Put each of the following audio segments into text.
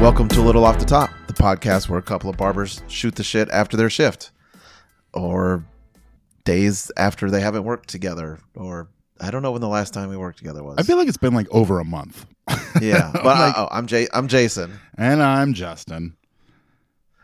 Welcome to A Little Off the Top, the podcast where a couple of barbers shoot the shit after their shift or days after they haven't worked together or I don't know when the last time we worked together was. I feel like it's been like over a month. yeah, but I, oh, I'm Jay I'm Jason. And I'm Justin.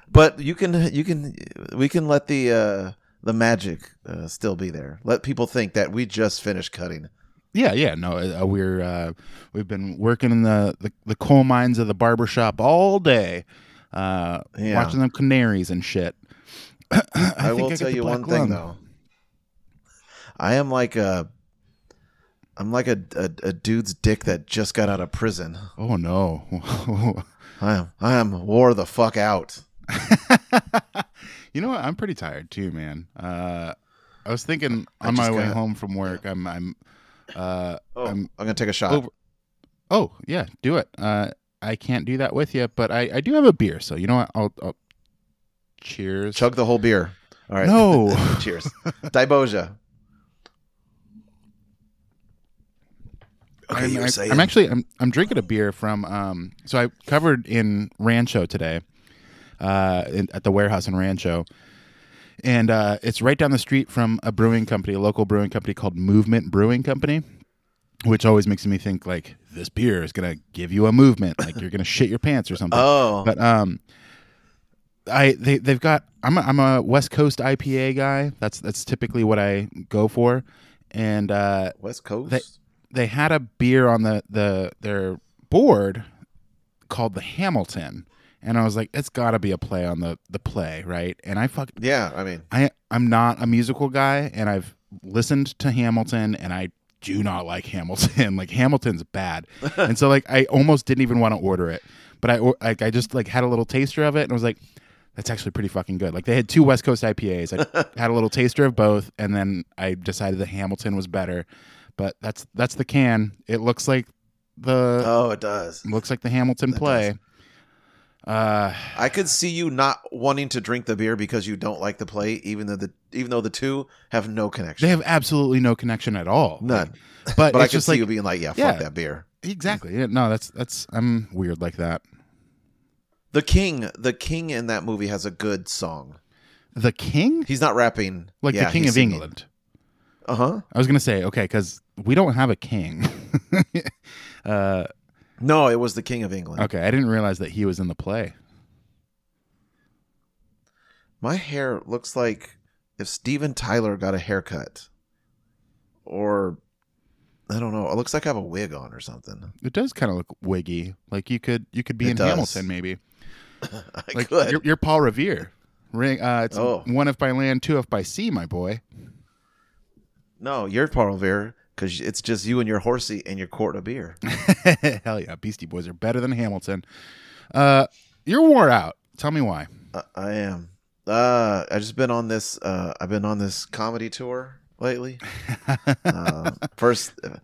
But you can you can we can let the uh the magic uh, still be there. Let people think that we just finished cutting. Yeah, yeah, no, uh, we're uh, we've been working in the, the the coal mines of the barber shop all day, uh, Yeah. watching them canaries and shit. I, will got tell the you black one thing lung. though. I am like a, I'm like a, a a dude's dick that just got out of prison. Oh no, I am I am wore the fuck out. you know what? I'm pretty tired too, man. Uh, I was thinking just on my way got- home from work, I'm I'm uh, Oh, I'm, I'm gonna take a shot. over- Oh yeah, do it. Uh, I can't do that with you, but I, I do have a beer, so you know what? I'll, I'll cheers. Chug the whole beer. All right. No. Cheers. Diboja. I'm, I- I'm actually I'm, I'm drinking a beer from um so I covered in Rancho today, uh in, at the warehouse in Rancho, and uh, it's right down the street from a brewing company, a local brewing company called Movement Brewing Company, which always makes me think like this beer is gonna give you a movement, like you're gonna shit your pants or something. Oh, But um, I they they've got I'm a, I'm a West Coast IPA guy. That's that's typically what I go for, and uh, West Coast. they they had a beer on the the their board called the Hamilton, and I was like, it's got to be a play on the the play, right? And I fuck yeah, I mean, I I'm not a musical guy, and I've listened to Hamilton, and I do not like Hamilton. like Hamilton's bad, and so like I almost didn't even want to order it, but I or- like I just like had a little taster of it, and I was like, that's actually pretty fucking good. Like they had two West Coast IPAs. I had a little taster of both, and then I decided the Hamilton was better. But that's that's the can. It looks like the oh, it does. looks like the Hamilton play. Uh, I could see you not wanting to drink the beer because you don't like the play, even though the even though the two have no they connection. have absolutely no connection at all. None. But, But I it's could just see like you being like, yeah, Yeah. fuck that beer. Exactly. Yeah, no, that's that's I'm weird like that. The king, the king in that movie has a good song. The king, He's not rapping like Yeah, the king he's of singing. England. Uh-huh. I was gonna say okay, because we don't have a king. uh, No, it was the king of England. okay, I didn't realize that he was in the play. My hair looks like if Steven Tyler got a haircut. Or I don't know. It looks like I have a wig on or something. It does kind of look wiggy. Like you could you could be It in does. Hamilton maybe. I Like could. You're, you're Paul Revere. Ring. Uh, it's Oh. one if by land, two if by sea, my boy. No, you're Paul Revere because it's just you and your horsey and your quart of beer. Hell yeah, Beastie Boys are better than Hamilton. Uh, you're wore out. Tell me why. I, I am. Uh, I just been on this. Uh, I've been on this comedy tour lately. uh, first, uh,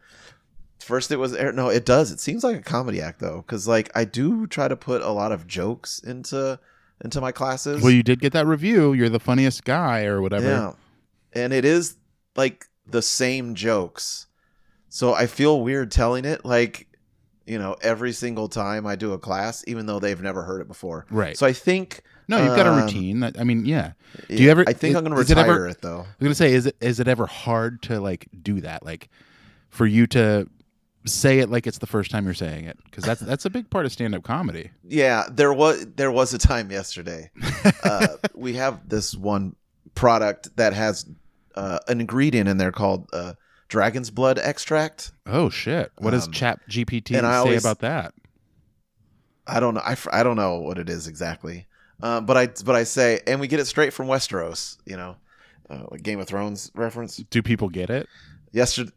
first it was no. It does. It seems like a comedy act though, because like I do try to put a lot of jokes into into my classes. Well, you did get that review. You're the funniest guy or whatever. Yeah. And it is like the same jokes. So I feel weird telling it like, you know, every single time I do a class, even though they've never heard it before. Right. So I think No, you've got a Um, routine. That, I mean, yeah. Do you ever- I think i- I'm gonna is it retire ever- it though. I was gonna say, is it is it ever hard to like do that? Like, for you to say it like it's the first time you're saying it, because that's that's a big part of stand up comedy. Yeah, there was there was a time yesterday. uh, we have this one product that has uh, an ingredient in there called uh, dragon's blood extract. Oh shit! What does Um, Chat GPT and say I always- about that? I don't know. I, f- I don't know what it is exactly. Uh, but I but I say, and we get it straight from Westeros. You know, uh, like Game of Thrones reference. Do people get it? Yesterday,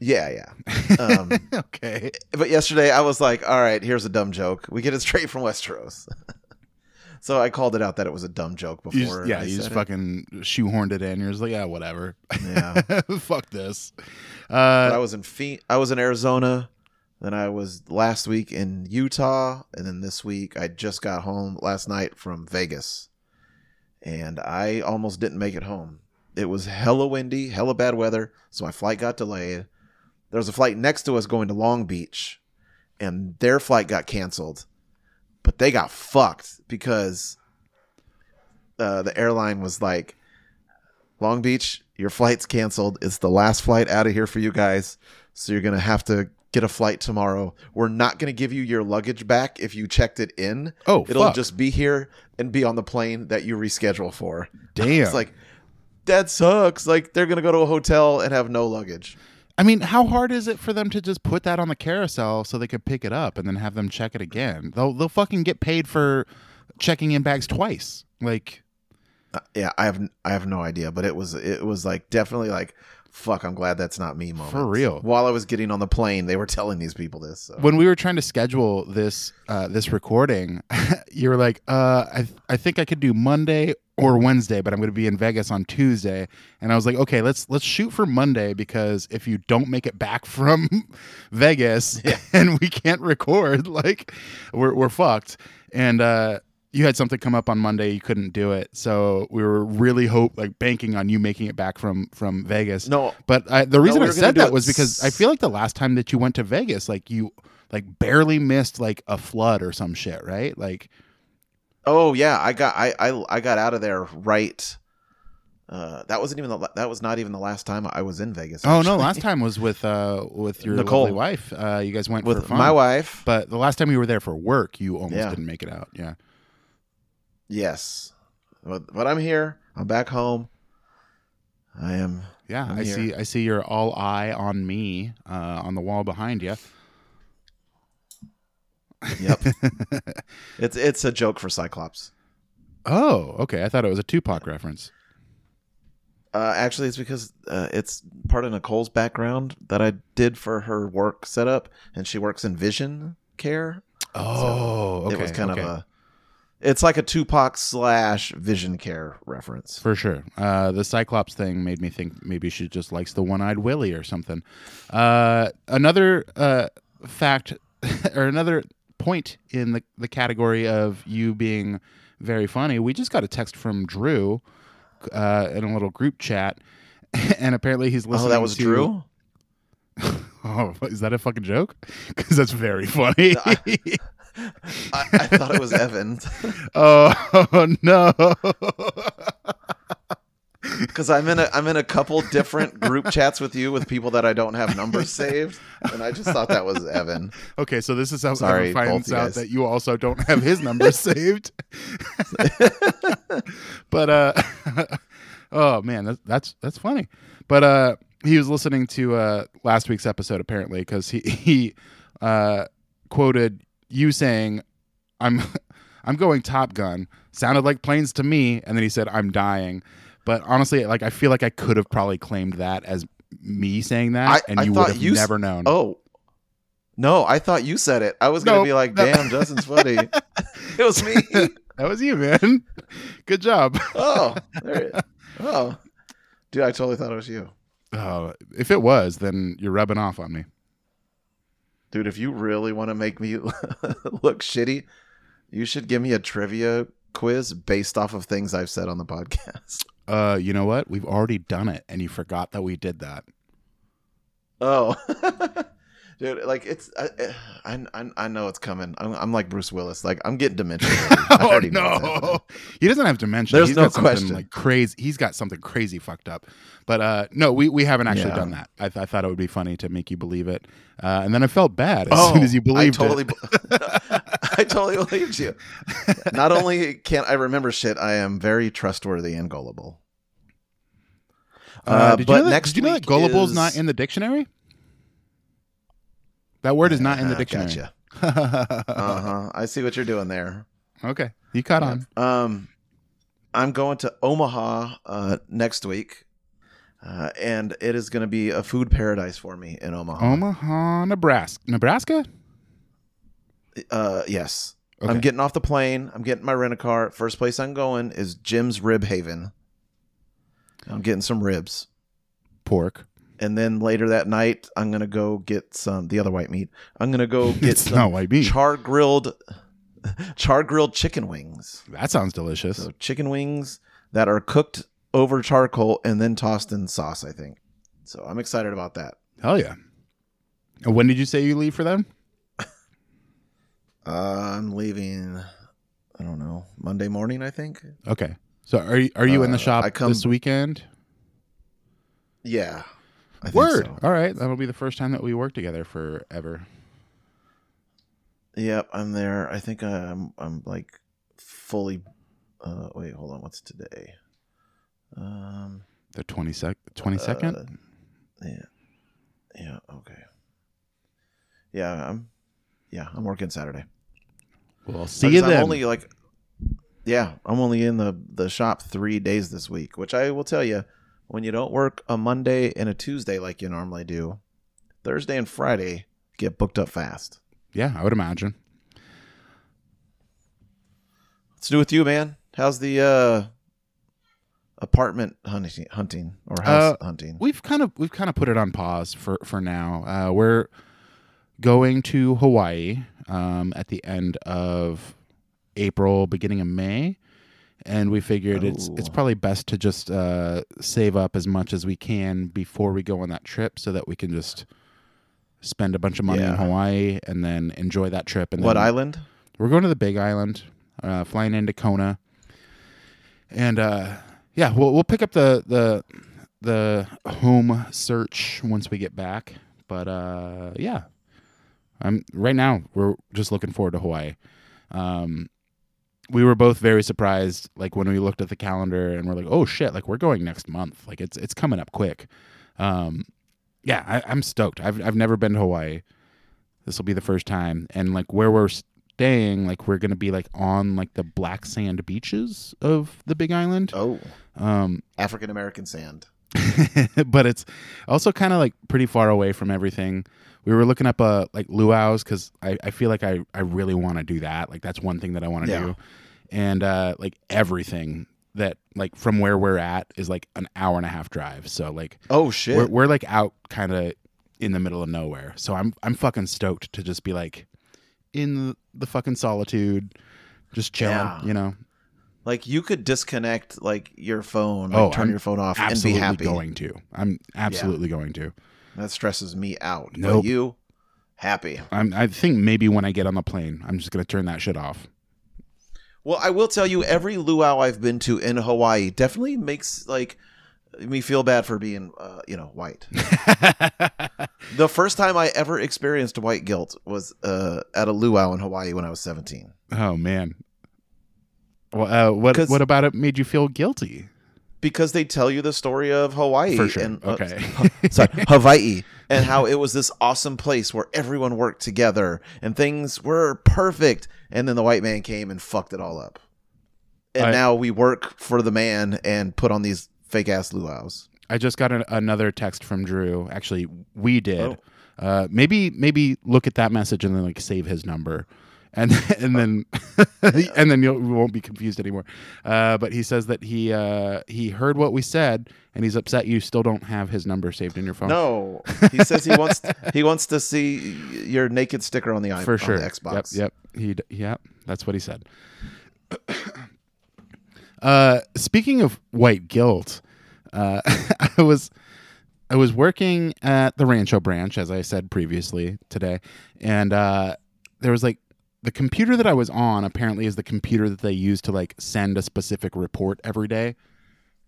yeah, yeah. Um, okay. but yesterday I was like, all right, here's a dumb joke. We get it straight from Westeros. so I called it out that it was a dumb joke You just- before. yeah, I you just said it. fucking shoehorned it in. You're just like, yeah, whatever. Yeah. Fuck this. But I Uh, was in Phoe- I was in Arizona. Then I was last week in Utah, and then this week I just got home last night from Vegas, and I almost didn't make it home. It was hella windy, hella bad weather, so my flight got delayed. There was a flight next to us going to Long Beach, and their flight got canceled. but they got fucked because uh, the airline was like, Long Beach, your flight's canceled. It's the last flight out of here for you guys. So you're going to have to get a flight tomorrow. We're not going to give you your luggage back if you checked it in. Oh, It'll fuck. just be here and be on the plane that you reschedule for. Damn. It's like, that sucks. Like, they're going to go to a hotel and have no luggage. I mean, how hard is it for them to just put that on the carousel so they could pick it up and then have them check it again? They'll they'll fucking get paid for checking in bags twice. Like yeah i have i have no idea but it was it was like definitely like fuck i'm glad that's not me moment For real. while i was getting on the plane they were telling these people this so. when we were trying to schedule this uh, this recording, you were like, uh, I I think I could do Monday or Wednesday, but I'm going to be in Vegas on Tuesday. And I was like, okay, let's let's shoot for Monday because if you don't make it back from Vegas and we can't record, like we're we're fucked. And uh, you had something come up on Monday, you couldn't do it, so we were really hope like banking on you making it back from from Vegas. no But I, the reason we I were gonna said do that it was because I feel like the last time that you went to Vegas, like you like barely missed like a flood or some shit, right? Like oh yeah i got i i, I got out of there right uh, that wasn't even the, that was not even the last time I was in Vegas. oh no, actually. last time was with uh with your Nicole. lovely wife. Uh, you guys went for with fun. my wife. But the last time you were there for work, you almost Yeah. didn't make it out. Yeah. Yes, but, but I'm here. I'm back home. I am. Yeah, I'm I here. see I see your all eye on me uh on the wall behind you. Yep. it's it's a joke for Cyclops. Oh, okay. I thought it was a Tupac reference. Uh, actually, it's because uh, it's part of Nicole's background that I did for her work setup, and she works in vision care. Oh, okay. it was kind okay. of a, it's like a Tupac slash vision care reference. For sure. Uh, the Cyclops thing made me think maybe she just likes the one eyed Willy or something. Uh, another uh, fact or another point in the, the category of you being very funny, we just got a text from Drew uh, in a little group chat. And apparently he's listening. Oh, that was to- Drew. Oh, is that a fucking joke? Because that's very funny. I, I thought it was Evan oh no! because I'm in a I'm in a couple different group chats with you with people that I don't have numbers saved, and I just thought that was Evan. Okay, so this is how Sorry, Sorry, both finds you out guys. that you also don't have his number saved. but uh, oh man, that's that's that's funny. But uh, he was listening to uh last week's episode apparently because he he uh quoted you saying, "I'm I'm going Top Gun." Sounded like planes to me, and then he said, "I'm dying." But honestly, like I feel like I could have probably claimed that as me saying that, I- and I you would thought have you s- never known. Oh. No, I thought you said it. I was gonna No, be like, no. "Damn, Justin's funny." it was me. That was you, man. Good job. oh, there it, oh, dude, I totally thought it was you, Oh, if it was, then you're rubbing off on me. dude. If you really want to make me look shitty, you should give me a trivia quiz based off of things I've said on the podcast. Uh, you know what? We've already done it, and you forgot that we did that. Oh, dude, like it's I, I, I, I know it's coming. I'm, I'm like Bruce Willis. Like I'm getting dementia. already. I oh already know it's happening. no, he doesn't have dementia. There's He's no got something, question. Like crazy, he's got something crazy fucked up. But uh, no, we we haven't actually Yeah. done that. I, th- I thought it would be funny to make you believe it, uh, and then I felt bad as Oh, soon as you believed I totally, it. be- I totally believed you. Not only can't I remember shit, I am very trustworthy and gullible. Uh, Uh, did but you know that, next did you know that week gullible's is- not in the dictionary? That word is not in the Ah, dictionary. Gotcha. Uh huh. I see what you're doing there. okay, you caught on. Um, I'm going to Omaha uh, next week, uh, and it is going to be a food paradise for me in Omaha. Omaha, Nebraska. Nebraska? uh, yes. Oh. Okay. I'm getting off the plane. I'm getting my rent a car. First place I'm going is Jim's Rib Haven. I'm getting some ribs. pork. and then later that night i'm gonna go get some the other white meat i'm gonna go get It's some not white meat. char grilled char grilled chicken wings that sounds delicious. so chicken wings that are cooked over charcoal and then tossed in sauce i think so i'm excited about that Hell yeah. And when did you say you leave for them? Uh, I'm leaving. I don't know Monday morning. I think. Okay. So are you are you in Uh, the shop I come- this weekend? Yeah. I think Word. so. All right. That'll be the first time that we work together forever. Yep, I'm there. I think I'm I'm like fully. Uh, wait, hold on. What's today? Um. The 20 sec- 22nd? Uh, yeah. Yeah. Okay. Yeah. I'm. Yeah, I'm working Saturday. we'll Uh, see 'cause you I'm then. only like, yeah, I'm only in the the shop three days this week, which I will tell you, when you don't work a Monday and a Tuesday like you normally do, Thursday and Friday get booked up fast. yeah, I would imagine. What's new with you, man? How's the uh apartment hunting, hunting or house Uh, hunting? We've kind of we've kind of put it on pause for for now. Uh, we're going to Hawaii um, at the end of April, beginning of May, and we figured it's it's Ooh. probably best to just uh, save up as much as we can before we go on that trip, so that we can just spend a bunch of money in Yeah. Hawaii and then enjoy that trip. And what then island? we're going to the Big Island, uh, flying into Kona, and uh, yeah, we'll we'll pick up the the the home search once we get back. But uh, yeah, I'm right now we're just looking forward to Hawaii. Um, we were both very surprised, like when we looked at the calendar and we're like, oh shit, like we're going next month, like it's it's coming up quick. Um, yeah, I, I'm stoked. I've I've never been to Hawaii. This will be the first time, and like where we're staying, like we're gonna be like on like the black sand beaches of the Big Island. Oh, Um, African American sand. but it's also kind of like pretty far away from everything. We were looking up uh like luau's because I, I feel like I, I really want to do that. Like that's one thing that I want to Yeah. do. And uh, like everything that like from where we're at is like an hour and a half drive. So like Oh shit. we're, we're like out kind of in the middle of nowhere. So I'm I'm fucking stoked to just be like in the fucking solitude, just chilling. Yeah. You know, Like you could disconnect like your phone, like Oh, turn I'm your phone off and be absolutely happy. going to. I'm absolutely going to. That stresses me out. Nope. But you happy. I'm, I think maybe when I get on the plane, I'm just gonna turn that shit off. Well, I will tell you every luau I've been to in Hawaii definitely makes like me feel bad for being uh, you know, white. the first time I ever experienced white guilt was uh, at a luau in Hawaii when I was 17. oh man. Well, uh, what 'Cause- what about it made you feel guilty? Because they tell you the story of Hawaii For sure. and uh, okay. sorry, Hawaii, and how it was this awesome place where everyone worked together and things were perfect. And then the white man came and fucked it all up. And I- now we work for the man and put on these fake ass luau's. I just got an, another text from Drew. Actually, we did. Oh. Uh, maybe maybe look at that message and then like save his number, and Oh. and then and then you'll, you won't be confused anymore. Uh, but he says that he uh, he heard what we said and he's upset you still don't have his number saved in your phone. No, he says he wants he wants to see your naked sticker on the i- for on sure. the Xbox. Yep, yep. He, d- yep. That's what he said. uh, speaking of white guilt, uh, I was I was working at the Rancho branch, as I said previously today, and uh, there was like the computer that I was on apparently is the computer that they use to like send a specific report every day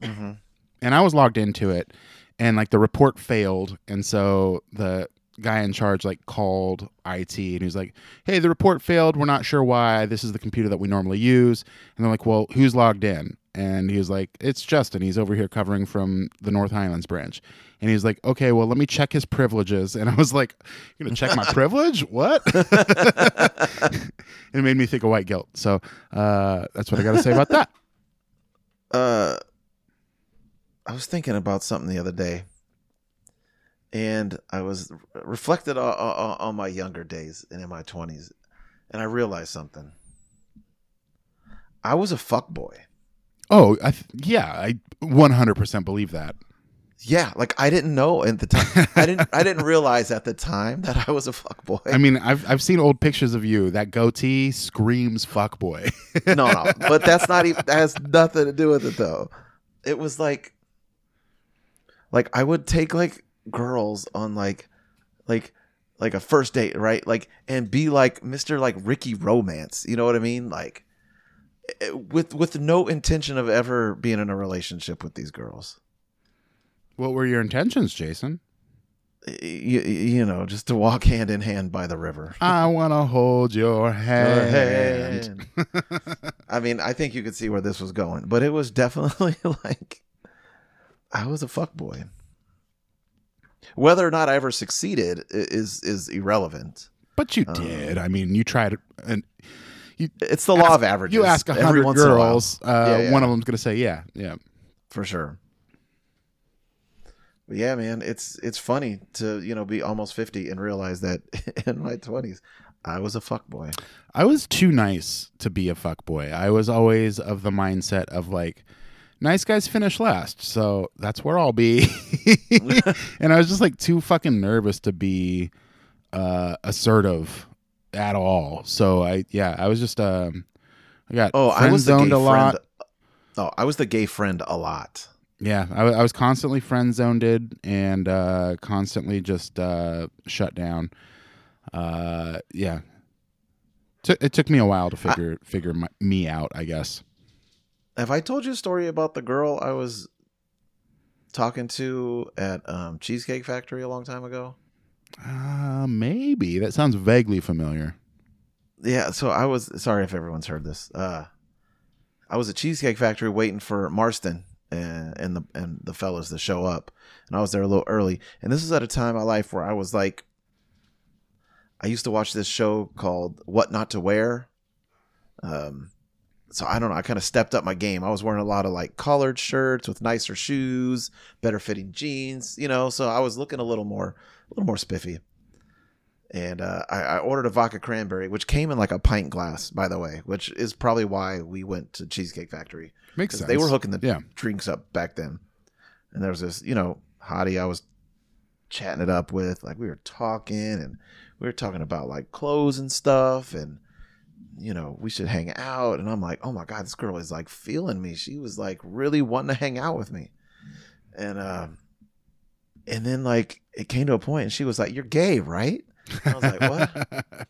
Mhm. and I was logged into it, and like the report failed, and so the guy in charge like called IT and he's like, "Hey, the report failed. We're not sure why. This is the computer that we normally use." And they're like, "Well, who's logged in?" And he was like, "It's Justin. He's over here covering from the North Highlands branch." And he's like, "Okay, well, let me check his privileges." And I was like, "You're gonna check my privilege? What?" it made me think of white guilt. So uh, that's what I gotta say about that. Uh, I was thinking about something the other day, and I was reflected on, on, on my younger days and in my twenties, and I realized something. I was a fuck boy. Oh, I th- yeah, I 100% believe that. Yeah, like I didn't know at the time. I didn't. I didn't realize at the time that I was a fuck boy. I mean, I've I've seen old pictures of you. That goatee screams fuckboy. no, no. But that's not even that has nothing to do with it though. It was like like I would take like girls on like like like a first date, right? Like and be like Mr. like Ricky Romance. You know what I mean? Like eh, with with no intention of ever being in a relationship with these girls. What were your intentions, Jason? You, you know, just to walk hand in hand by the river. I want to hold your hand. hand. I mean, I think you could see where this was going, but it was definitely like I was a fuckboy. Whether or not I ever succeeded i- is is irrelevant. But you Uh-huh. did. I mean, you tried, and It's the law of averages. you ask a Every hundred once in a while, girls, uh, Yeah, yeah. one of them's gonna say yeah, yeah. for sure. But yeah, man, it's it's funny to you know be almost fifty and realize that in my twenties I was a fuckboy. I was too nice to be a fuckboy. I was always of the mindset of like, nice guys finish last, so that's where I'll be. and I was just like too fucking nervous to be uh, assertive at all. So I, yeah, I was just, um, I got Oh, I was the friend-zoned gay a lot. friend. Oh, I was the gay friend a lot. Yeah, I, I was constantly friend zoned and uh, constantly just uh, shut down. Uh, yeah, Took it took me a while to figure figure my, me out. I guess. Have I told you a story about the girl I was talking to at um, Cheesecake Factory a long time ago? Uh, maybe that sounds vaguely familiar. Yeah, so I was sorry if everyone's heard this. Uh, I was at Cheesecake Factory waiting for Marston and, and the and the fellas to show up, and I was there a little early. And this was at a time in my life where I was like, I used to watch this show called What Not to Wear. Um, so I don't know. I kind of stepped up my game. I was wearing a lot of like collared shirts with nicer shoes, better fitting jeans, you know. So I was looking a little more, a little more spiffy and uh, I, I ordered a vodka cranberry, which came in like a pint glass, by the way, which is probably why we went to Cheesecake Factory. Makes 'Cause sense. They were hooking the Yeah. drinks up back then, and there was this, you know, hottie I was chatting it up with. Like we were talking, and we were talking about like clothes and stuff, and you know, we should hang out. And I'm like, oh my god, this girl is like feeling me. She was like really wanting to hang out with me, and um, and then like it came to a point, and she was like, "You're gay, right?" I was like, "What?"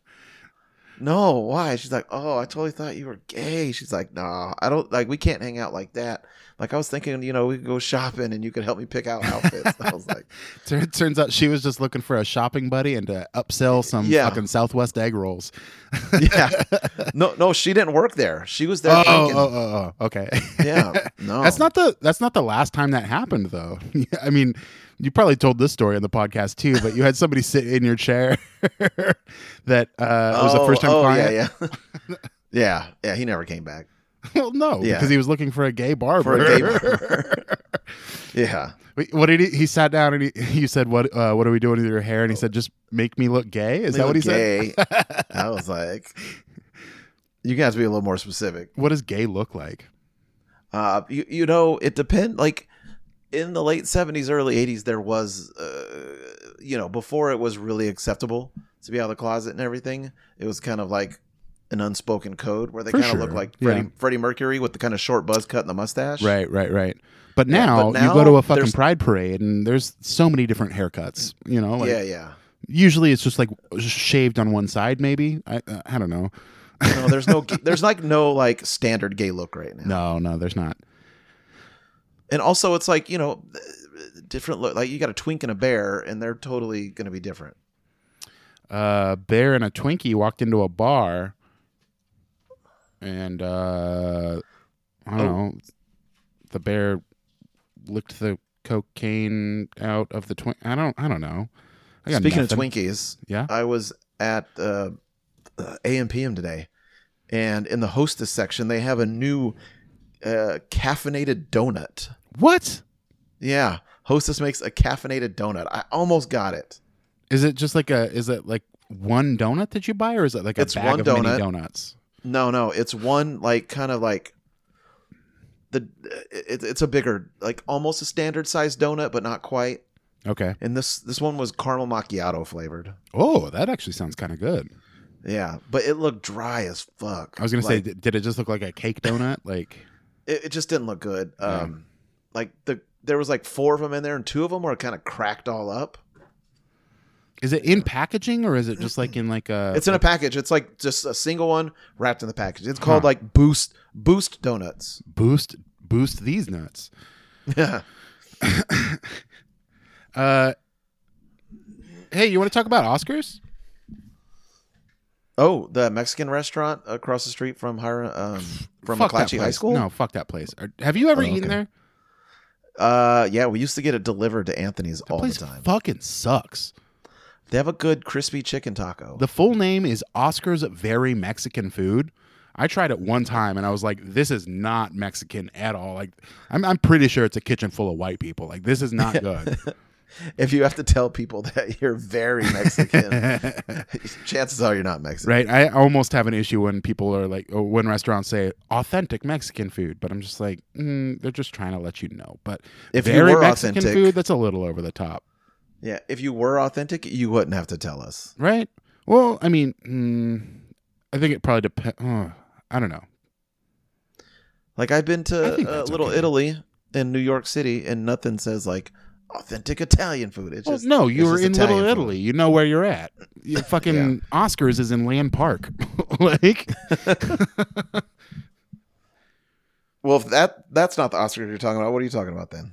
no, why? She's like, oh, I totally thought you were gay. She's like, nah, I don't like. We can't hang out like that. Like I was thinking, you know, we could go shopping and you could help me pick out outfits. I was like, Tur- turns out she was just looking for a shopping buddy and to upsell some Yeah. fucking Southwest egg rolls. yeah, no, no, she didn't work there. She was there. oh, oh, drinking. oh, oh, okay. Yeah, no, That's not the that's not the last time that happened though. I mean, you probably told this story on the podcast too, but you had somebody sit in your chair that uh, was a Oh, first time oh, client. Yeah, yeah, yeah, yeah. He never came back well, no, Yeah. because he was looking for a gay barber. for a gay barber. yeah, Wait, what did he? He sat down and he, he said, "What uh, what are we doing with your hair?" And he said, "Just make me look gay." Is that what he said? said? I was like, you guys be a little more specific. What does gay look like? Uh, you, you know, it depend like in the late 70s, early 80s, there was, uh, you know, before it was really acceptable to be out of the closet and everything, it was kind of like an unspoken code where they For kind of look sure, like yeah. Freddie, Freddie Mercury with the kind of short buzz cut and the mustache. Right, right, right. But Yeah, now, but now you go to a fucking there's- pride parade and there's so many different haircuts. You know, like yeah, yeah. usually it's just like shaved on one side, maybe. I uh, I don't know. No, there's no, there's like no like standard gay look right now. No, no, there's not. And also, it's like you know, different look. Like you got a twink and a bear, and they're totally gonna be different. uh, bear and a Twinkie walked into a bar, and uh, I don't Oh. know. The bear licked the cocaine out of the twin. I don't. I don't know. I got Speaking nothing. of Twinkies, Yeah. I was at uh, uh, AMPM today, and in the hostess section, they have a new uh, caffeinated donut. what Yeah, hostess makes a caffeinated donut. I almost got it. is it? Just like a is it like one donut that you buy, or is it like a It's bag one of mini donut. donuts? No, no, it's one like kind of like the uh, it, it's a bigger like almost a standard sized donut, but not quite. Okay. And this this one was caramel macchiato flavored. Oh, that actually sounds kind of good. Yeah, but it looked dry as fuck. I was gonna Like- say, did, did it just look like a cake donut? Like, it, it just didn't look good. Yeah. Um, like the there was like four of them in there, and two of them were kind of cracked all up. Is it in packaging or is it just like in like a? It's in a package. It's like just a single one wrapped in the package. It's called like Boost Boost Donuts. boost boost these nuts. Yeah. Uh, hey, you want to talk about Oscars? Oh, the Mexican restaurant across the street from Hiram, um, from fuck that McClatchy High place. School. No, fuck that place. Are- Have you ever Oh, eaten okay. there? Uh, yeah, we used to get it delivered to Anthony's all the place time. fucking sucks. they have a good crispy chicken taco. The full name is Oscar's Very Mexican Food. I tried it one time and I was like, this is not Mexican at all. Like, I'm, I'm pretty sure it's a kitchen full of white people. Like, this is not good. if you have to tell people that you're very Mexican, chances are you're not Mexican. right? I almost have an issue when people are like, or when restaurants say authentic Mexican food, but I'm just like, mm, they're just trying to let you know. But If you very were Mexican authentic- food, that's a little over the top, Yeah, if you were authentic, you wouldn't have to tell us. right? Well, I mean, mm, I think it probably depends. Oh, I don't know. Like I've been I think to uh, that's Little okay. Italy in New York City, and nothing says like authentic Italian food. It's Well, just no, you it's were just in Italian Little food. Italy. You know where you're at. You fucking Oscars is in Land Park. like, Well, if that that's not the Oscar you're talking about. What are you talking about then?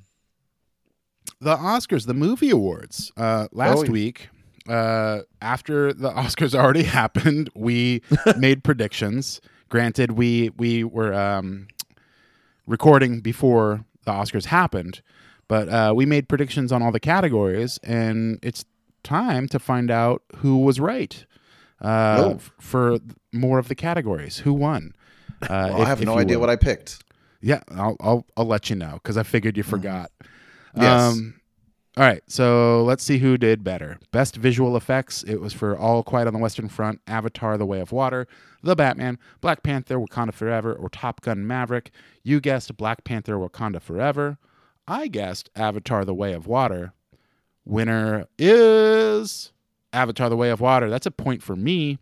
the Oscars, the movie awards. Uh, last Oh. week, uh, after the Oscars already happened, we made predictions. Granted, we we were um, recording before the Oscars happened, but uh, we made predictions on all the categories, and it's time to find out who was right uh, Oh. f- for more of the categories. Who won? Uh, Well, I have no idea what I picked. Yeah, I'll I'll, I'll let you know because I figured you forgot. Um, Yes. all right, so let's see who did better. Best visual effects. It was for All Quiet on the Western Front, Avatar: The Way of Water, The Batman, Black Panther: Wakanda Forever, or Top Gun: Maverick. You guessed Black Panther: Wakanda Forever. I guessed Avatar: The Way of Water. Winner is Avatar: The Way of Water. That's a point for me.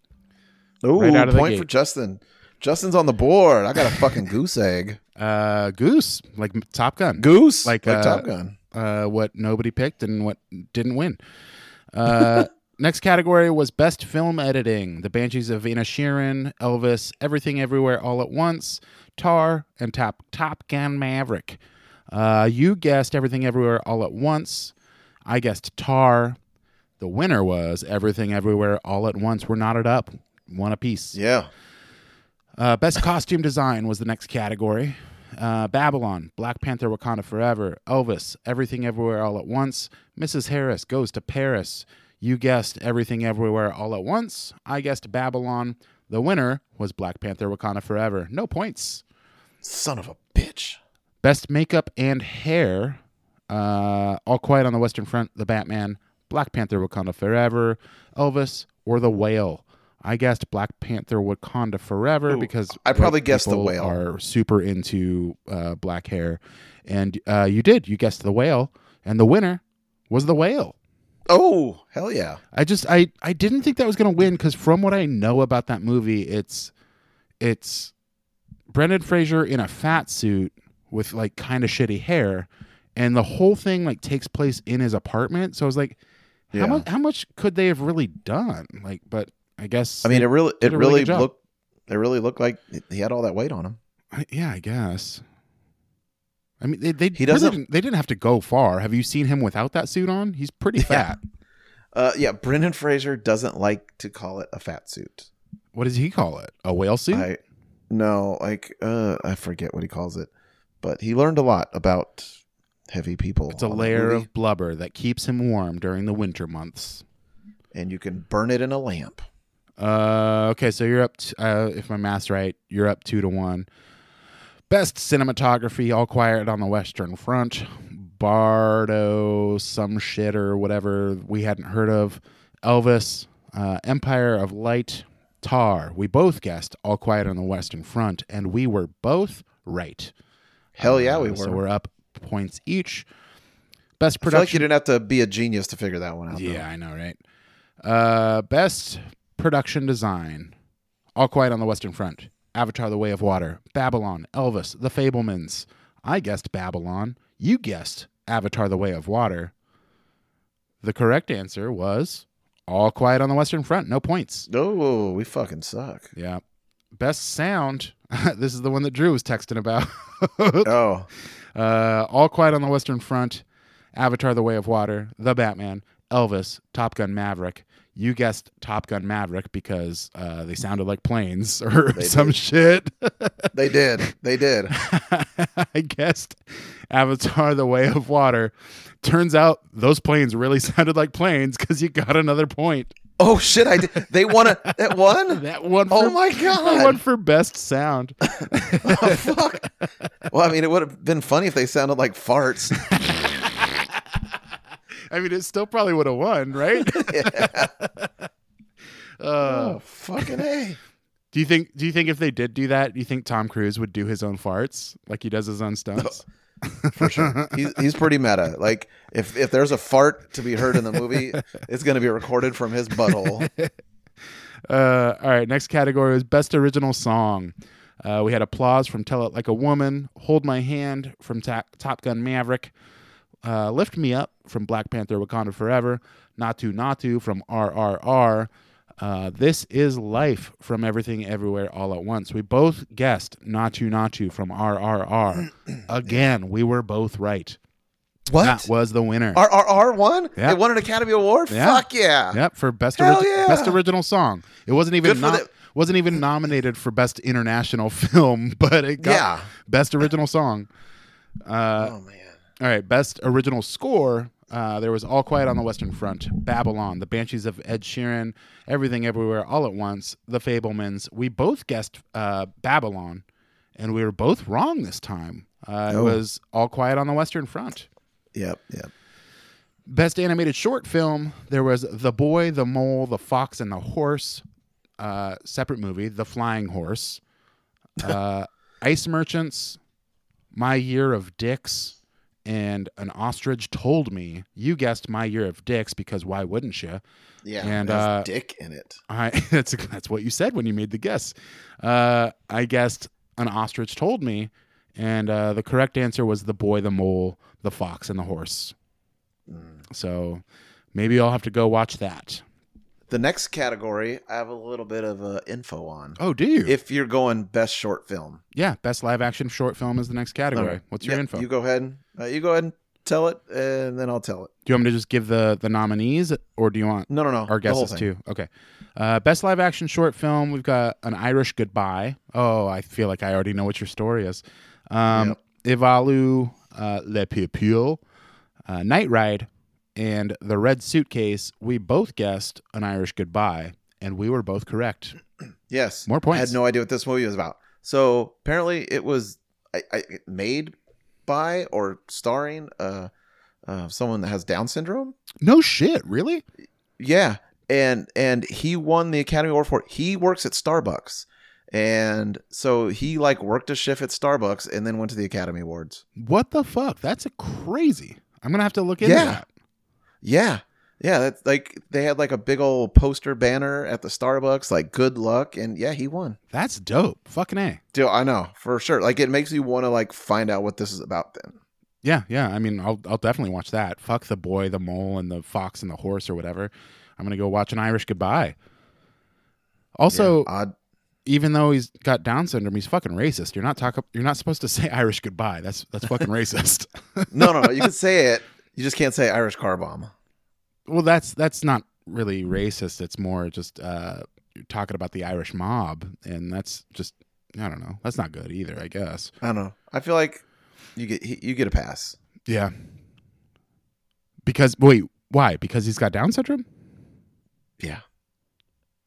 Ooh, Right out of the point for gate. Justin. Justin's on the board. I got a fucking goose egg. Uh, Goose, like Top Gun. Goose, Like, like, uh, Top Gun. uh, what nobody picked and what didn't win. Uh, next category was best film editing: The Banshees of Inisherin, Elvis, Everything Everywhere All at Once, Tar, and Top Top Gun Maverick. Uh, you guessed Everything Everywhere All at Once. I guessed Tar. The winner was Everything Everywhere All at Once. We're knotted up, one apiece. Yeah, Uh, best costume design was the next category. Uh, Babylon, Black Panther, Wakanda Forever, Elvis, Everything Everywhere All at Once, Mrs. Harris goes to Paris. You guessed Everything Everywhere All at Once. I guessed Babylon. The winner was Black Panther, Wakanda Forever. No points. son of a bitch. Best makeup and hair. Uh, All Quiet on the Western Front, The Batman, Black Panther, Wakanda Forever, Elvis, or The Whale. I guessed Black Panther, Wakanda Forever Ooh, because I probably white guessed The people Whale. Are super into uh, black hair, and uh, you did. You guessed The Whale, and the winner was The Whale. Oh hell yeah! I just I I didn't think that was gonna win because from what I know about that movie, it's it's Brendan Fraser in a fat suit with like kind of shitty hair, and the whole thing like takes place in his apartment. So I was like, Yeah. how much how much could they have really done? Like, but I guess I mean, it really, it did a really really good job. looked, it really looked like he had all that weight on him. I- yeah, I guess. I mean, they they He really doesn't- didn't, they didn't have to go far. Have you seen him without that suit on? He's pretty fat. Uh, yeah, Brendan Fraser doesn't like to call it a fat suit. What does he call it? A whale suit? I no, like uh, I forget what he calls it, but he learned a lot about heavy people. It's a on that layer movie, of blubber that keeps him warm during the winter months. and you can burn it in a lamp. Uh, okay, so you're up. T- uh, if my math's right, you're up two to one. Best cinematography: All Quiet on the Western Front, Bardo, some shit or whatever we hadn't heard of, Elvis, uh, Empire of Light, Tar. We both guessed All Quiet on the Western Front, and we were both right. Hell yeah, we Uh, were. So we're up points each. Best I feel like you production. didn't have to be a genius to figure that one out. though. Yeah, I know, right? Uh, best production design: All Quiet on the Western Front, Avatar: The Way of Water, Babylon, Elvis, The Fablemans. I guessed Babylon. You guessed Avatar: The Way of Water. The correct answer was All Quiet on the Western Front, no points. Oh, we fucking suck. Yeah. Best sound. this is the one that Drew was texting about. Oh, uh, All Quiet on the Western Front, Avatar: The Way of Water, The Batman, Elvis, Top Gun: Maverick. You guessed Top Gun: Maverick because uh, they sounded like planes or They some shit. they did. They did. I guessed Avatar: The Way of Water. Turns out those planes really sounded like planes because you got another point. Oh shit! I did. They won a that one. That one. Oh for- my That one god! for best sound. Oh, fuck. Well, I mean, it would have been funny if they sounded like farts. I mean, it still probably would have won, right? Uh, Oh fucking a! Do you think? Do you think if they did do that, do you think Tom Cruise would do his own farts like he does his own stunts? For sure, he's he's pretty meta. Like if if there's a fart to be heard in the movie, it's gonna be recorded from his butthole. Uh, all right, next category is best original song. Uh, we had applause from "Tell It Like a Woman," "Hold My Hand" from Ta- Top Gun Maverick, uh, "Lift Me Up" from Black Panther: Wakanda Forever, "Natu Natu" from RRR. Uh, this is life from everything everywhere all at once. We both guessed Natu Natu from RRR. Again, we were both right. That What? was the winner. RRR won? Yeah. It won an Academy Award. Yeah. Fuck yeah! Yep, for best Hell origi- yeah. best original song. It wasn't even Good for nom- the- wasn't even nominated for best international film, but it got Yeah. best original song. Uh, Oh man. all right, best original score. Uh, there was All Quiet on the Western Front, Babylon, The Banshees of Ed Sheeran, Everything Everywhere All at Once, The Fablemans. We both guessed uh, Babylon, and we were both wrong this time. Uh, It Oh. was All Quiet on the Western Front. Yep. Yep. Best animated short film, there was The Boy, The Mole, The Fox, and the Horse. Uh, separate movie, The Flying Horse. Uh, Ice Merchants, My Year of Dicks, and An Ostrich Told Me. You guessed My Year of Dicks because why wouldn't you? Yeah. And, it has uh, dick in it. I, that's, that's what you said when you made the guess. Uh, I guessed An Ostrich Told Me, and uh, the correct answer was The Boy, The Mole, The Fox, and the Horse. Mm. So maybe I'll have to go watch that. The next category, I have a little bit of uh, info on. Oh, do you? If you're going best short film, yeah, best live action short film is the next category. All right. What's your Yeah, info? You go ahead. And, uh, you go ahead and tell it, and then I'll tell it. do you want me to just give the the nominees, or do you want No, no, no. our the whole guesses thing. too? Okay. Uh, best live action short film. We've got an Irish Goodbye. Oh, I feel like I already know what your story is. Um, Ivalu, uh, Le Pupil, uh, Night Ride, and The Red Suitcase. We both guessed an Irish Goodbye, and we were both correct. Yes. More I points. had no idea what this movie was about. So apparently, it was I, I, made by or starring uh, uh, someone that has Down syndrome. no shit, really? Yeah, and and he won the Academy Award for it. He works at Starbucks, and so he like worked a shift at Starbucks and then went to the Academy Awards. What the fuck? That's a crazy. I'm gonna have to look into Yeah. that. Yeah, yeah. That's like they had like a big old poster banner at the Starbucks, like "Good luck," and yeah, he won. That's dope. Fucking a. Dude, I know for sure. Like it makes you want to like find out what this is about. Then Yeah, yeah. I mean, I'll I'll definitely watch that. Fuck the boy, the mole, and the fox and the horse or whatever. I'm gonna go watch an Irish goodbye. Also, Yeah, odd. even though he's got Down syndrome, he's fucking racist. You're not talking. You're not supposed to say Irish goodbye. That's that's fucking racist. No, no, no. You can say it. You just can't say Irish car bomb. Well, that's that's not really racist. It's more just uh, you're talking about the Irish mob, and that's just I don't know. That's not good either. I guess. I don't know. I feel like you get he- you get a pass. Yeah. Because wait, why? Because he's got Down syndrome. Yeah.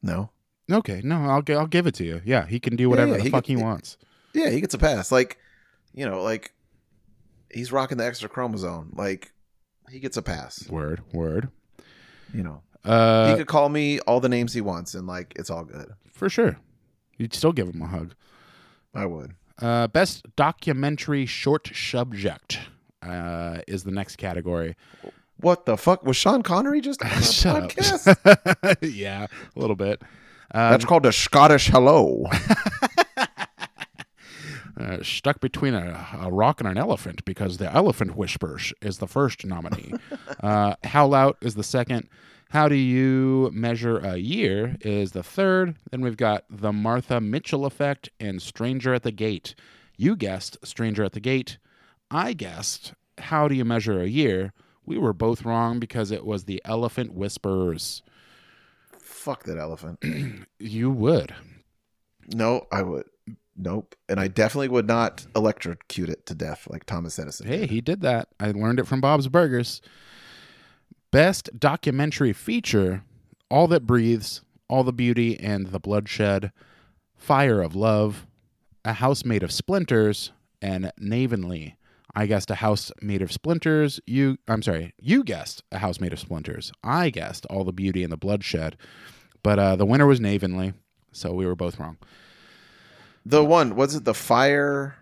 No. Okay, no, I'll gi- I'll give it to you. Yeah, he can do whatever yeah, the he fuck can- he wants. Yeah, he gets a pass. Like, you know, like he's rocking the extra chromosome. Like he gets a pass. Word, word. You know, he Uh, could call me all the names he wants, and like it's all good. for sure, you'd still give him a hug. I would. Uh, best documentary short subject uh, is the next category. What the fuck was Sean Connery just on a Shut up. podcast? yeah, a little bit. Um, That's called a Scottish hello. uh, stuck between a, a rock and an elephant because the elephant whispers is the first nominee. uh, How Loud is the second. How Do You Measure a Year is the third. Then we've got The Martha Mitchell Effect and Stranger at the Gate. You guessed Stranger at the Gate. I guessed How Do You Measure a Year. We were both wrong because it was The Elephant Whispers. Fuck that elephant. You would. No, I would. Nope. And I definitely would not electrocute it to death like Thomas Edison. Hey, did. he did that. I learned it from Bob's Burgers. Best documentary feature All That Breathes, All the Beauty and the Bloodshed, Fire of Love, A House Made of Splinters, and Navenly. I guessed a house made of splinters. You, I'm sorry, you guessed a house made of splinters. I guessed all the beauty and the bloodshed. But uh, the winner was Navenly, so we were both wrong. The one, was it the fire?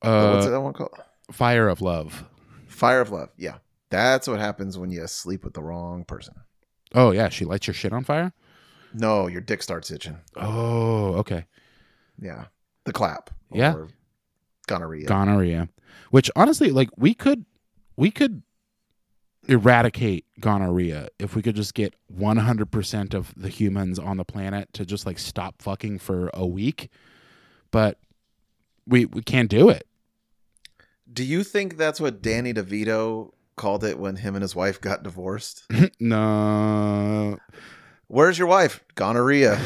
what's Uh, that one called? Fire of Love. Fire of Love. Yeah. That's what happens when you sleep with the wrong person. Oh, yeah, she lights your shit on fire? No, your dick starts itching. Oh, okay. Yeah. The clap. Yeah. Or Gonorrhea. Gonorrhea, which honestly, like we could, we could eradicate gonorrhea if we could just get 100% of the humans on the planet to just like stop fucking for a week. But we we can't do it. Do you think that's what Danny DeVito called it when him and his wife got divorced? No. Where's your wife? Gonorrhea.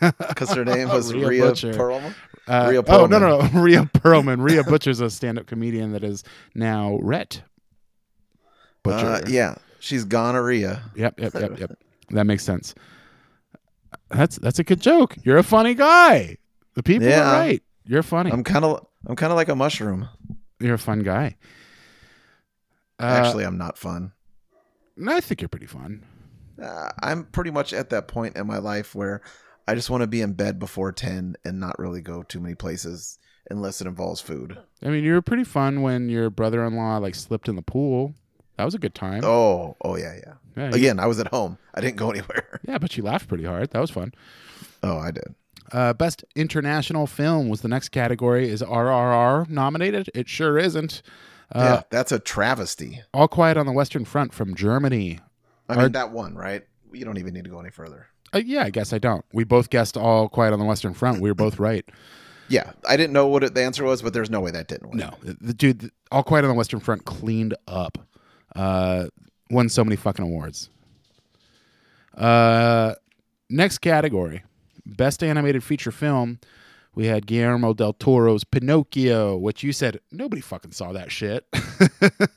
Because her name was Rhea Rhea, Butcher. Perlman. Uh, Rhea oh no no no. Rhea Perlman. Rhea Butcher's a stand-up comedian that is now Rhett Butcher. Uh, yeah. She's gonorrhea. Yep, yep, yep, yep. That makes sense. That's that's a good joke. You're a funny guy. The people Yeah. are right. You're funny. I'm kind of I'm kind of like a mushroom. you're a fun guy. Uh, Actually, I'm not fun. no, I think you're pretty fun. Uh, I'm pretty much at that point in my life where I just want to be in bed before 10 and not really go too many places unless it involves food. I mean, you were pretty fun when your brother-in-law like slipped in the pool. That was a good time. Oh, oh yeah, yeah. yeah, you- Again, I was at home. I didn't go anywhere. yeah, but you laughed pretty hard. That was fun. Oh, I did. Uh, best international film was the next category. Is RRR nominated? It sure isn't. Uh, yeah, that's a travesty. All Quiet on the Western Front from Germany I mean, that one, right? You don't even need to go any further. Uh, yeah, I guess I don't. We both guessed all quiet on the Western Front. We were both right. Yeah, I didn't know what it, the answer was, but there's no way that didn't win. No, the Uh, dude, the- all quiet on the Western Front cleaned up. Uh, won so many fucking awards. Uh, next category, best animated feature film. We had Guillermo del Toro's Pinocchio, which you said nobody fucking saw that shit.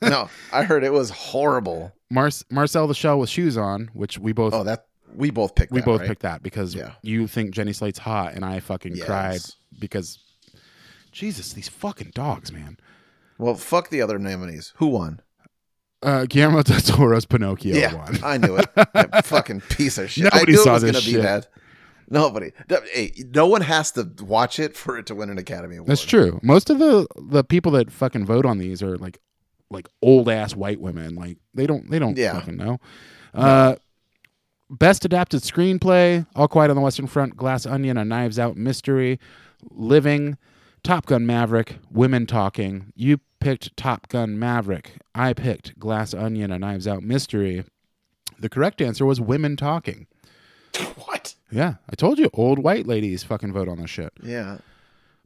no, I heard it was horrible. Mar- Marcel the Shell with Shoes on, which we both Oh, that we both picked. we that, both right? picked that because Yeah. you think Jenny Slate's hot, and I fucking Yes. cried because Jesus, these fucking dogs, man. Well, fuck the other nominees. Who won? Uh, Guillermo del Toro's Pinocchio yeah, won. I knew it. That fucking piece of shit. Nobody I knew saw it was this gonna shit. be that. Nobody. No- Hey, no one has to watch it for it to win an Academy Award. That's true. Most of the the people that fucking vote on these are like like old ass white women. Like they don't they don't Yeah. fucking know. Uh, Best adapted screenplay: All Quiet on the Western Front, Glass Onion, A Knives Out Mystery, Living, Top Gun Maverick, Women Talking. You picked Top Gun Maverick. I picked Glass Onion, A Knives Out Mystery. The correct answer was Women Talking. What? Yeah, I told you, old white ladies fucking vote on this shit. Yeah.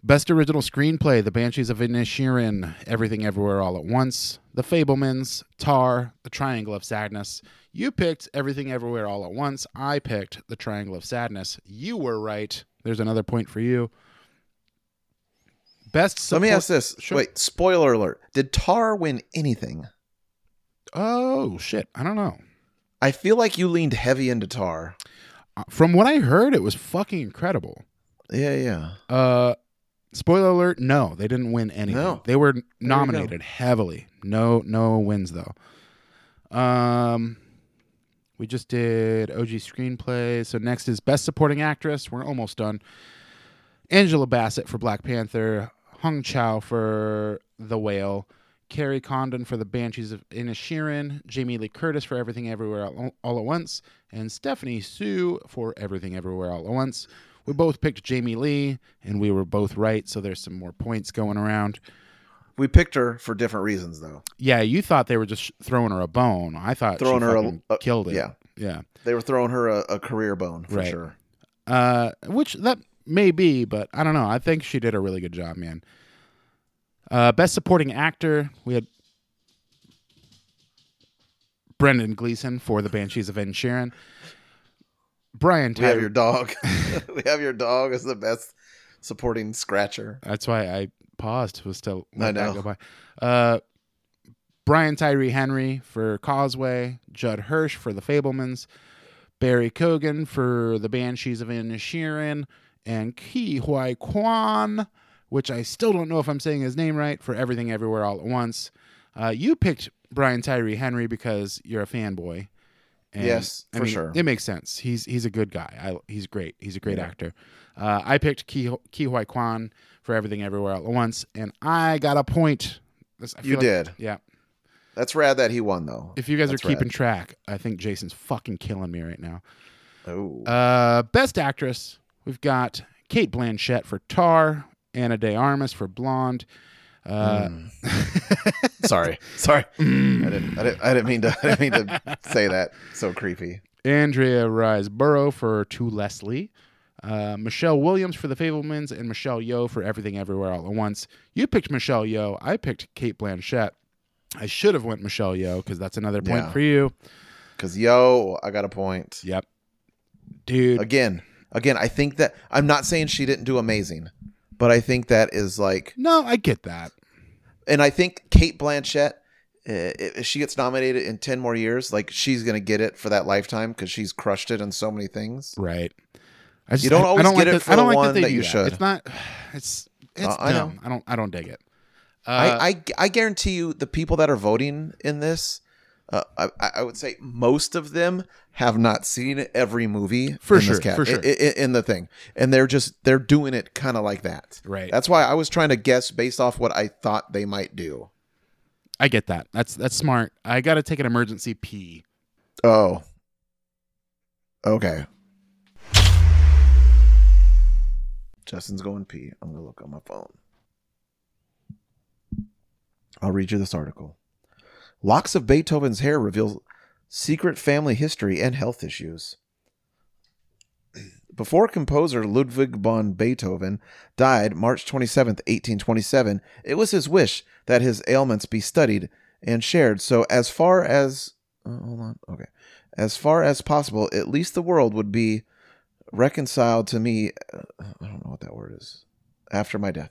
Best Original Screenplay: The Banshees of Inisherin, Everything Everywhere All at Once, The Fablemans, Tar, The Triangle of Sadness. You picked Everything Everywhere All at Once. I picked The Triangle of Sadness. You were right. There's another point for you. Best. Let me support- ask this. Sure. Wait, spoiler alert. Did Tar win anything? Oh shit! I don't know. I feel like you leaned heavy into Tar. Uh, From what I heard, it was fucking incredible. Yeah, yeah. Uh, spoiler alert: No, they didn't win anything. No. They were nominated heavily. No, no wins though. Um, we just did OG screenplay. So next is best supporting actress. We're almost done. Angela Bassett for Black Panther. Hung Chow for The Whale. Carrie Condon for The Banshees of Inisherin. Jamie Lee Curtis for Everything Everywhere All, All at Once. And Stephanie Sue for Everything Everywhere All at Once we both picked Jamie Lee, and we were both right. So there's some more points going around. We picked her for different reasons, though. Yeah, you thought they were just throwing her a bone. I thought Throwing she her a- fucking uh, killed it. yeah. yeah. They were throwing her a, a career bone for Right. sure. Uh, which that may be, but I don't know. I think she did a really good job, man. Uh, best supporting actor, we had Brendan Gleeson for The Banshees of Inisherin. Brian We have Tyree. your dog. we have your dog as the best supporting scratcher. that's why I paused was to I let that know. go by. Uh, Brian Tyree Henry for Causeway, Judd Hirsch for The Fablemans, Barry Kogan for The Banshees of Inisherin, and Ki Hui Kwan, which I still don't know if I'm saying his name right, for Everything Everywhere All at Once. Uh, you picked Brian Tyree Henry because you're a fanboy. And, Yes, for sure. It makes sense. He's he's a good guy. I, he's great. He's a great actor. Uh, I picked Ki Ki Hui Kwan for Everything Everywhere All at Once, and I got a point. This- I You feel like- did. yeah. That's rad that he won though. If you guys That's are rad. keeping track, I think Jason's fucking killing me right now. Oh, Uh, best actress, we've got Kate Blanchett for Tar, Anna De Armas for Blonde. Hmm. Uh, sorry, Mm. sorry. I didn't, I didn't. I didn't mean to. I didn't mean to say that. So creepy. Andrea Riseborough for To Leslie, uh, Michelle Williams for The Fablemans, and Michelle Yeoh for Everything Everywhere All at Once. You picked Michelle Yeoh. I picked Kate Blanchett. I should have went Michelle Yeoh because that's another point Yeah. for you. Because yo, I got a point Yep, dude. again. Again, I think that I'm not saying she didn't do amazing, but I think that is like, No, I get that. and I think Kate Blanchett, uh, if she gets nominated in ten more years, like she's gonna get it for that lifetime because she's crushed it in so many things. Right. I just, You don't I- I always don't get like it that- for I don't the like one they that do you should. It's not. It's it's Uh, I know. dumb. I, don't I don't dig it. Uh, I, I I guarantee you the people that are voting in this, uh, I, I I would say most of them have not seen every movie For in sure, this cat, for sure. i- i- in the thing, and they're just they're doing it kind of like that. Right. That's why I was trying to guess based off what I thought they might do. I get that. That's that's smart. I got to take an emergency pee. Oh. Okay. Justin's going pee. I'm going to look on my phone. I'll read you this article. Locks of Beethoven's hair reveal secret family history and health issues. Before composer Ludwig von Beethoven died March 27, 1827, it was his wish that his ailments be studied and shared. So, as far as uh, hold on, okay, as far as possible, at least the world would be reconciled to me. uh, I don't know what that word is. After my death.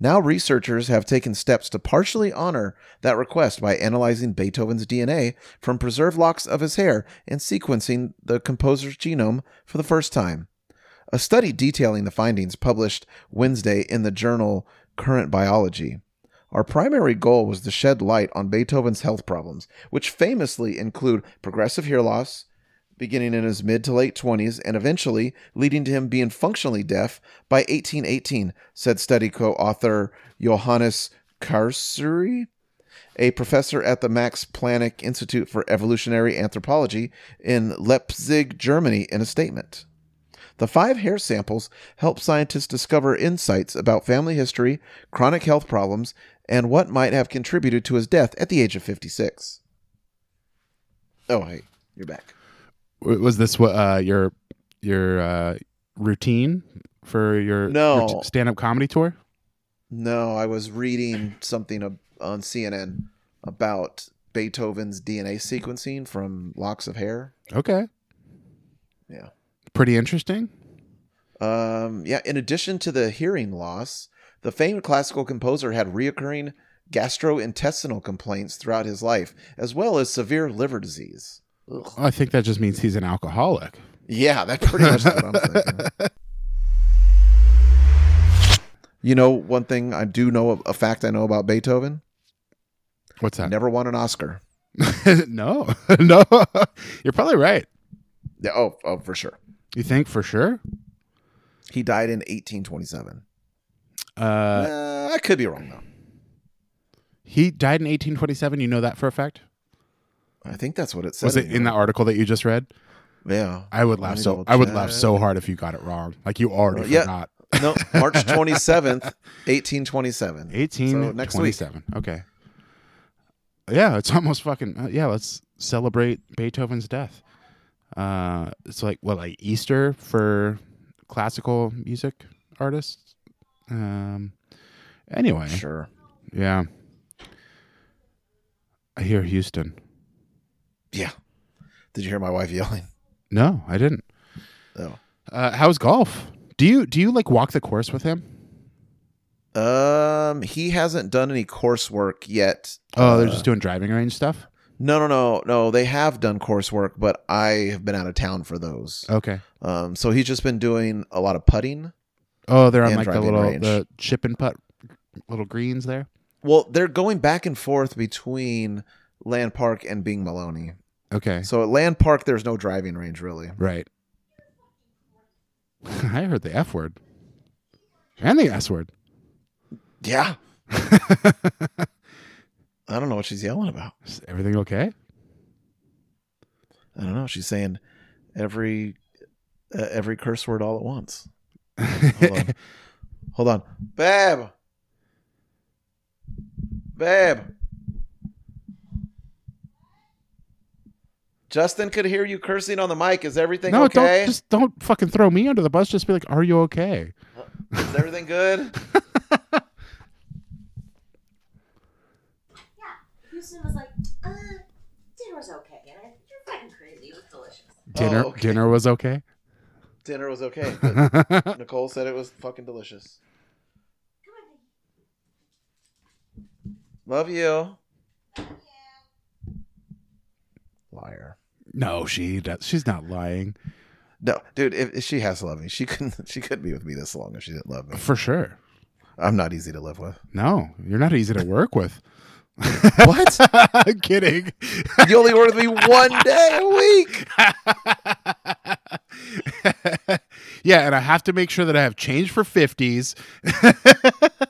Now, researchers have taken steps to partially honor that request by analyzing Beethoven's DNA from preserved locks of his hair and sequencing the composer's genome for the first time. A study detailing the findings published Wednesday in the journal Current Biology. Our primary goal was to shed light on Beethoven's health problems, which famously include progressive hair loss, beginning in his mid to late 20s and eventually leading to him being functionally deaf by 1818, said study co author Johannes Karsuri, a professor at the Max Planck Institute for Evolutionary Anthropology in Leipzig, Germany, in a statement. The five hair samples help scientists discover insights about family history, chronic health problems, and what might have contributed to his death at the age of 56. Oh, hey, you're back. W- Was this what uh, your your uh, routine for your, No. stand up comedy tour? No, I was reading something ab- on CNN about Beethoven's DNA sequencing from locks of hair. Okay, Yeah. pretty interesting. Um, yeah, in addition to the hearing loss, the famed classical composer had reoccurring gastrointestinal complaints throughout his life, as well as severe liver disease. Ugh. I think that just means he's an alcoholic. Yeah, that's pretty much what I'm thinking. You know, one thing I do know, a fact I know about Beethoven, What's that? never won an Oscar. no, no, you're probably right. Yeah, oh, oh, for sure. You think for sure? He died in 1827. Uh, Uh, I could be wrong though. He died in 1827. You know that for a fact? I think that's what it says. Was it in that article that you just read? Yeah. I would Let laugh me so double I would laugh check. so hard if you got it wrong. Like you already Yeah. forgot. No, March 27th, 1827. Eighteen So next week. twenty-seven. Okay. Yeah, it's almost fucking. uh, yeah, let's celebrate Beethoven's death. Uh, it's like what, like Easter for classical music artists. Um. Anyway, Sure. yeah. I hear Houston. Yeah. Did you hear my wife yelling? No, I didn't. No. Uh, how's golf? Do you do you like walk the course with him? Um, he hasn't done any coursework yet. Oh, they're Uh, just doing driving range stuff. No, no, no, no. They have done coursework, but I have been out of town for those. Okay. Um, so he's just been doing a lot of putting. Oh, they're on and like the driving little range. the chip and putt little greens there. Well, they're going back and forth between Land Park and Bing Maloney. Okay. So at Land Park, there's no driving range really. Right. I heard the F word. And the S word. Yeah. I don't know what she's yelling about. Is everything okay? I don't know. She's saying every uh, every curse word all at once. Hold on. Hold on. Babe. Babe. Justin could hear you cursing on the mic. Is everything no, okay? don't just don't fucking throw me under the bus. Just be like, are you okay? Is everything good? Houston was like, uh, dinner's okay. And I said, you're fucking crazy. It was delicious. Dinner Oh, okay. dinner was okay. Dinner was okay. but Nicole said it was fucking delicious. Come on, baby. Love you. Liar. no, she does. she's not lying. No, dude, if, if she has to love me. She couldn't she couldn't be with me this long if she didn't love me. For sure. I'm not easy to live with. No, you're not easy to work with. what? I'm kidding. You only work with me one day a week. yeah, and I have to make sure that I have change for fifties.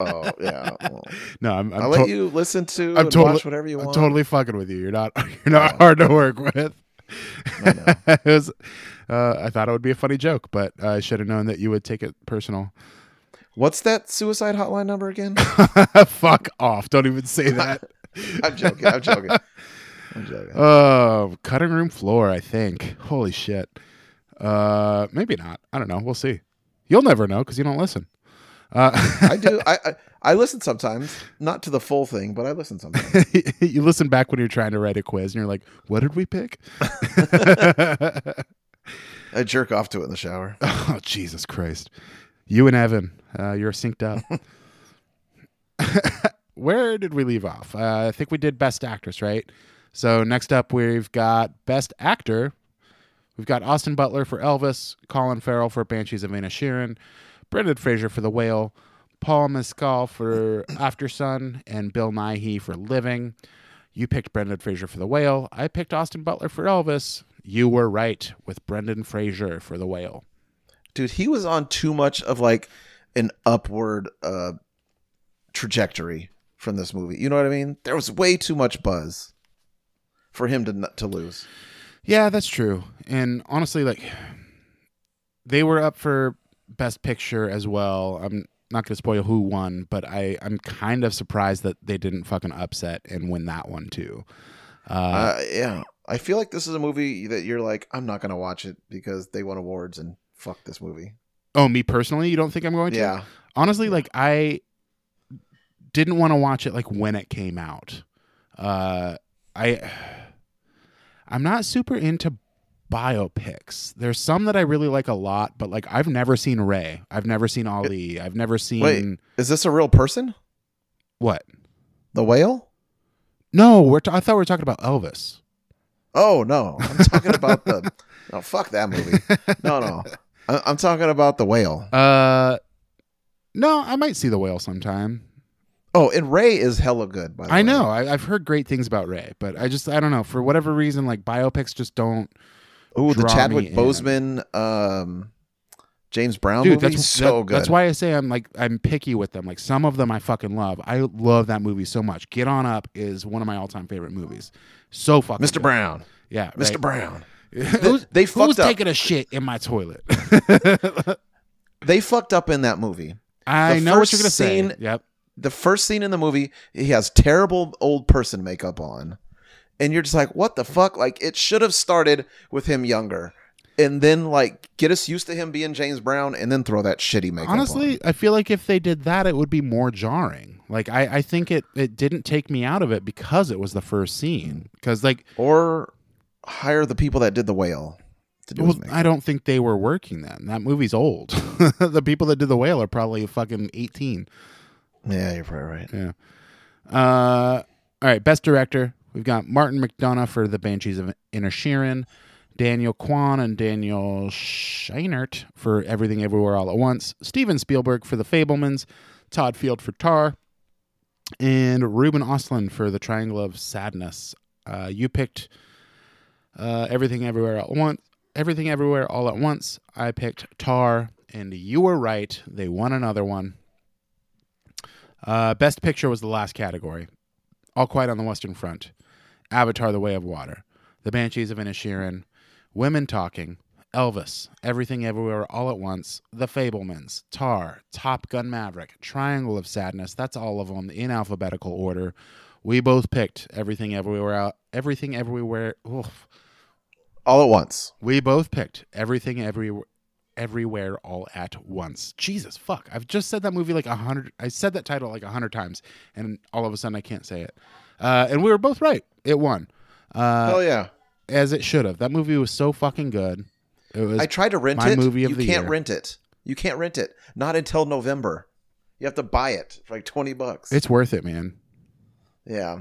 Oh yeah. well, No, I'm, I'm I'll let to- you listen to I'm and totally- watch whatever you I'm want. totally fucking with you. You're not you're not hard to work with. I know. it was, uh, I thought it would be a funny joke, but I should have known that you would take it personal. What's that suicide hotline number again? Fuck off! Don't even say that. I'm joking. I'm joking. I'm joking. Oh, cutting room floor. I think. Holy shit. Uh, maybe not. I don't know. We'll see. You'll never know because you don't listen. Uh, I do. I, I I listen sometimes, not to the full thing, but I listen sometimes. you listen back when you're trying to write a quiz, and you're like, "What did we pick?" I jerk off to it in the shower. Oh Jesus Christ! You and Evan, uh, you're synced up. Where did we leave off? Uh, I think we did Best Actress, right? So next up, we've got Best Actor. We've got Austin Butler for Elvis, Colin Farrell for Banshees of Inisherin, Brendan Fraser for The Whale, Paul Mescal for After Sun, and Bill Nighy for Living. You picked Brendan Fraser for The Whale. I picked Austin Butler for Elvis. You were right with Brendan Fraser for The Whale. Dude, he was on too much of like an upward uh trajectory from this movie. You know what I mean? There was way too much buzz for him to n- to lose. Yeah, that's true. And honestly, like they were up for best picture as well. I'm not going to spoil who won, but I I'm kind of surprised that they didn't fucking upset and win that one too. Uh, Uh, yeah. I feel like this is a movie that you're like, I'm not going to watch it because they won awards and fuck this movie. oh, me personally, you don't think I'm going to? Yeah. honestly like i didn't want to watch it like when it came out uh i i'm not super into biopics there's some that i really like a lot but like i've never seen ray i've never seen ali i've never seen Wait. Is this a real person? what The whale? no we're t- i thought we were talking about elvis Oh, no. I'm talking about the. No, fuck that movie. No, no. I- I'm talking about the whale. uh no i might see the whale sometime Oh, and Ray is hella good, by the way. I know. I, I've heard great things about Ray, but I just I don't know. For whatever reason, like biopics just don't. Ooh, the Draw me Chadwick in. Boseman, um, James Brown Dude, movie. that's so that- good. That's why I say I'm like I'm picky with them. Like some of them I fucking love. I love that movie so much. Get on up is one of my all time favorite movies. So fucking Mr. good. Brown. Yeah, Mr. right. Brown. who's, They who's fucked up. taking a shit in my toilet? They fucked up in that movie. I The know what first you're gonna scene- say. Yep. The first scene in the movie, he has terrible old person makeup on. And you're just like, what the fuck? Like, it should have started with him younger. And then, like, get us used to him being James Brown and then throw that shitty makeup on. Honestly, I feel like if they did that, it would be more jarring. Like I, I think it, it didn't take me out of it because it was the first scene. Because like Or hire the people that did the whale to do his Well, makeup. I don't think they were working then. That movie's old. the people that did the whale are probably fucking eighteen. Yeah, you're probably right. Uh, all right, best director. We've got Martin McDonough for The Banshees of Inisherin, Daniel Kwan and Daniel Scheinert for Everything Everywhere All at Once, Steven Spielberg for The Fablemans, Todd Field for Tar, and Ruben Ostlund for The Triangle of Sadness. Uh, you picked uh, Everything Everywhere All at Once. Everything Everywhere All at Once. I picked Tar, and you were right. They won another one. Uh, Best Picture was the last category. All Quiet on the Western Front, Avatar: The Way of Water, The Banshees of Inisherin, Women Talking, Elvis, Everything Everywhere All at Once, The Fablemans, Tar, Top Gun: Maverick, Triangle of Sadness. That's all of them in alphabetical order. We both picked Everything Everywhere. Out, Everything Everywhere. Oof. All at once. We both picked Everything Everywhere Everywhere All at Once. Jesus fuck. I've just said that movie like a hundred I said that title like a hundred times and all of a sudden I can't say it. Uh, and we were both right. It won. Uh, Hell yeah. as it should have. That movie was so fucking good. It was I tried to rent my it. movie of you the can't year. rent it. You can't rent it. Not until November. You have to buy it for like twenty bucks. it's worth it, man. yeah.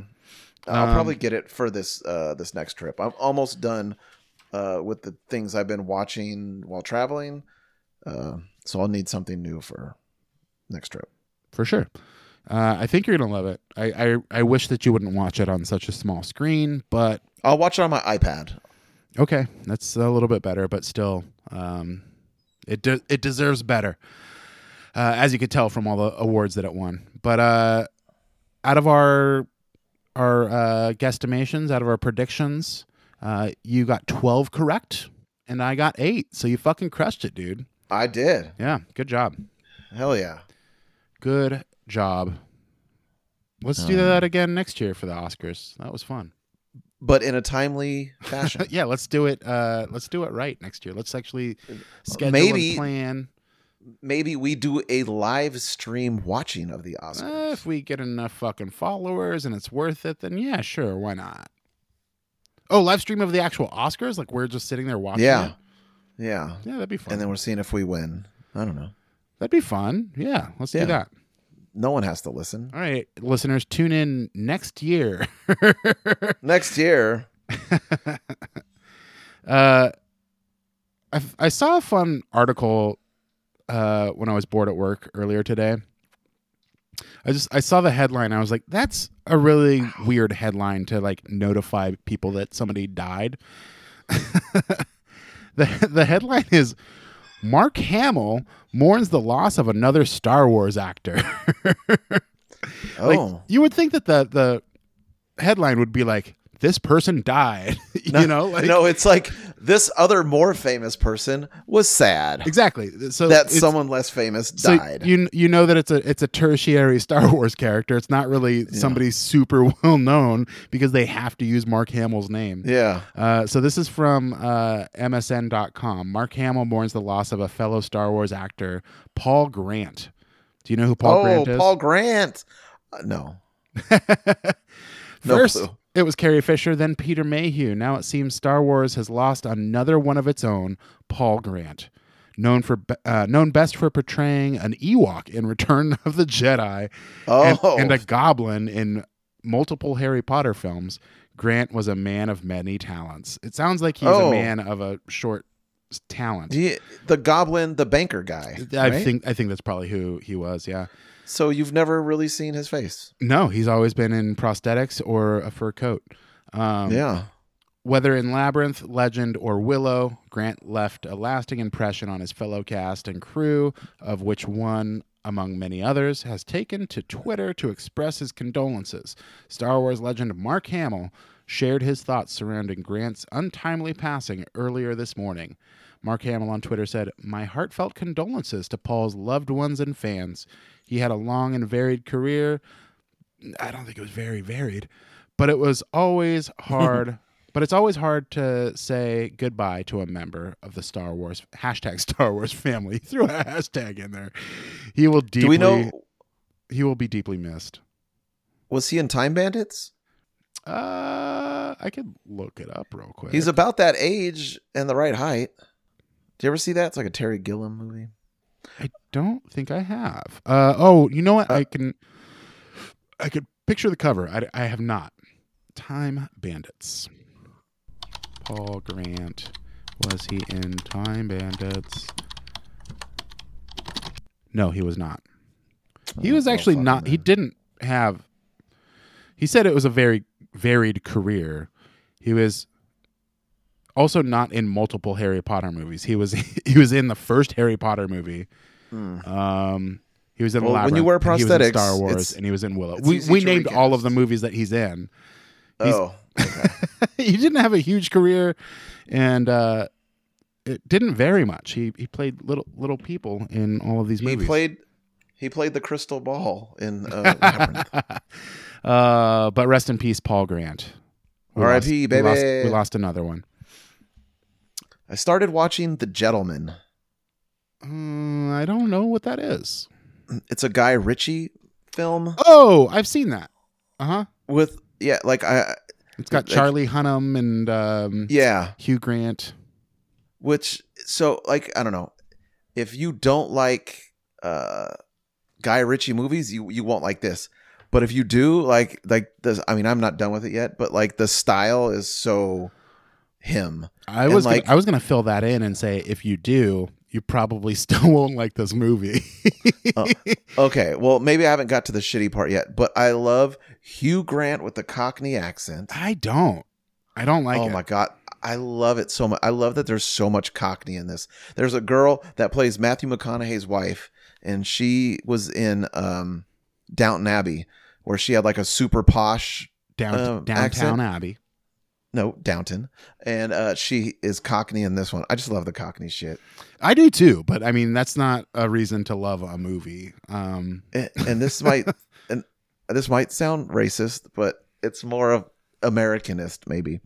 I'll Um, probably get it for this uh, this next trip. I'm almost done uh, with the things I've been watching while traveling, uh, so I'll need something new for next trip. for sure. Uh, I think you're gonna love it. I, I I wish that you wouldn't watch it on such a small screen, but I'll watch it on my iPad. Okay, that's a little bit better, but still, um, it de- it deserves better, uh, as you could tell from all the awards that it won. But uh, out of our our uh, guesstimations, out of our predictions, uh, you got twelve correct, and I got eight. So you fucking crushed it, dude. I did. Yeah, good job, Hell yeah. good job. Let's do Um, that again next year for the Oscars. That was fun. But in a timely fashion. yeah, let's do it. Uh, let's do it right next year. Let's actually schedule Uh, Maybe- and plan. Maybe we do a live stream watching of the Uh, Oscars. if we get enough fucking followers and it's worth it, then yeah, sure, why not? Oh, live stream of the actual Oscars? Like we're just sitting there watching. Yeah. it? yeah. yeah, that'd be fun. And then we're seeing if we win. I don't know. that'd be fun. Yeah, let's Yeah. do that. No one has to listen. All right, listeners, tune in next year. Next year, uh, I I saw a fun article uh, when I was bored at work earlier today. I just I saw the headline. I was like, "That's a really weird headline to like notify people that somebody died." the The headline is Mark Hamill mourns the loss of another Star Wars actor. oh, Like you would think that the the headline would be like, "This person died," you know? Like, no, it's like this other more famous person was sad exactly. So that it's- someone less famous died. So you you know that it's a it's a tertiary Star Wars character. It's not really somebody super well known because they have to use Mark Hamill's name. yeah, Uh, so this is from uh, MSN.com. Mark Hamill mourns the loss of a fellow Star Wars actor, Paul Grant. Do you know who Paul oh, Grant is? Paul Grant. Uh, no, No First, clue. it was Carrie Fisher, then Peter Mayhew. Now it seems Star Wars has lost another one of its own, Paul Grant, known for be- uh, known best for portraying an Ewok in Return of the Jedi and, Oh. and a goblin in multiple Harry Potter films. Grant was a man of many talents. It sounds like he was Oh. a man of a short s- talent. the, the Goblin, the banker guy. I right? think I think that's probably who he was. Yeah. so. You've never really seen his face. No, he's always been in prosthetics or a fur coat. Um, yeah, Whether in Labyrinth, Legend, or Willow, Grant left a lasting impression on his fellow cast and crew, of which one among many others, has taken to Twitter to express his condolences. Star Wars legend Mark Hamill shared his thoughts surrounding Grant's untimely passing earlier this morning. Mark Hamill on Twitter said, My heartfelt condolences to Paul's loved ones and fans. He had a long and varied career. I don't think it was very varied, but it was always hard. but it's always hard to say goodbye to a member of the Star Wars hashtag Star Wars family. He threw a hashtag in there. He will deeply. Do we know? He will be deeply missed. Was he in Time Bandits? Uh, I could look it up real quick. He's about that age and the right height. Do you ever see that? It's like a Terry Gilliam movie. I don't think I have. Uh, oh, you know what? I can, I could picture the cover. I, I have not. Time Bandits. Paul Grant. Was he in Time Bandits? No, he was not. He Oh, was well, actually fucking not. He man. didn't have. He said it was a very varied career. He was also not in multiple Harry Potter movies. He was he was in the first Harry Potter movie. Hmm. Um, he was in Well, Labyrinth, when you wear and he was in prosthetics, Star Wars, it's- and he was in Willow. it's We, easy we to named all of recast. the movies that he's in. He's- Oh, he didn't have a huge career, and uh, it didn't vary much. He he played little little people in all of these he movies. played. He played the crystal ball in uh, Labyrinth. uh, but rest in peace, Paul Grant. We R.I.P., lost- we baby. lost- we lost another one. I started watching The Gentleman. Uh, I don't know what that is. It's a Guy Ritchie film Oh, I've seen that. Uh huh. with yeah, like I It's got Like- Charlie Hunnam and um, yeah, Hugh Grant. which so like I don't know if you don't like uh Guy Ritchie movies, you you won't like this. But if you do like like this, I mean, I'm not done with it yet, but like the style is so him. I And, was gonna, like- I was gonna fill that in and say if you do, you probably still won't like this movie. Oh. Okay, well maybe I haven't got to the shitty part yet, but I love Hugh Grant with the Cockney accent. I don't. I don't like oh it. my god i love it so much i love that there's so much cockney in this there's a girl that plays matthew mcconaughey's wife and she was in um downton abbey where she had like a super posh Down, um, downtown accent. Abbey. no downton and uh she is cockney in this one i just love the cockney shit I do too, but I mean that's not a reason to love a movie. Um, and, and this might and this might sound racist but it's more of americanist maybe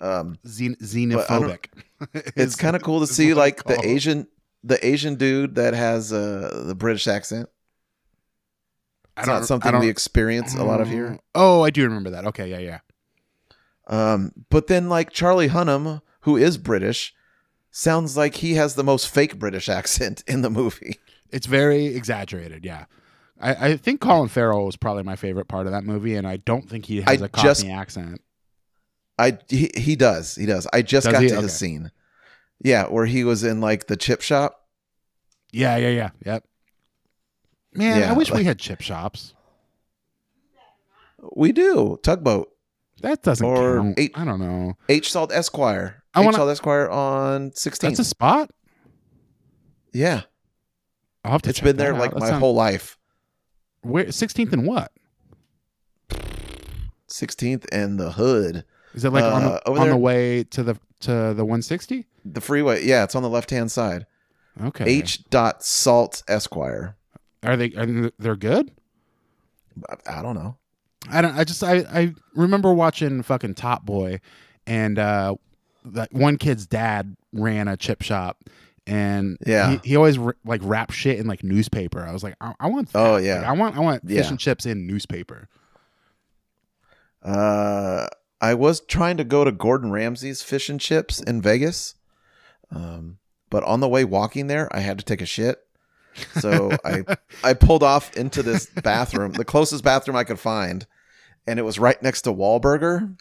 um xen- I don't- xenophobic. it's kind of cool to is see what I like the call it. asian the asian dude that has uh the british accent It's not something we experience a lot of here. Oh, I do remember that. Okay, yeah, yeah. Mm. Um, but then like Charlie Hunnam, who is British, sounds like he has the most fake British accent in the movie. It's very exaggerated. Yeah, I, I think Colin Farrell was probably my favorite part of that movie, and I don't think he has a I Cockney just- accent. I he, he does he does. I just Does got he? to Okay. his scene. Yeah, where he was in like the chip shop. Yeah, yeah, yeah. Yep. Man, Yeah, I wish we like- had chip shops. We do tugboat. That doesn't Or count. eight- I don't know. H Salt Esquire. I wanna- H Salt Esquire on sixteenth. That's a spot. yeah, I'll have to it's check been there that out. like That my sounds- whole life. Where sixteenth and what? Sixteenth and the hood, Is it like on, Uh, the, over on the there- way to the to the one sixty? the freeway. Yeah, it's on the left hand side. Okay. H dot Salt Esquire. Are they are they- they're good? I, I don't know. I don't. I just I I remember watching fucking Top Boy, and uh, that one kid's dad ran a chip shop, and Yeah. he, he always r- like wrapped shit in like newspaper. I was like, I, I want. That. Oh, yeah. Like, I want I want fish Yeah. and chips in newspaper. Uh, I was trying to go to Gordon Ramsay's fish and chips in Vegas, um, but on the way walking there, I had to take a shit. So I I pulled off into this bathroom, the closest bathroom I could find, and it was right next to Wahlburger.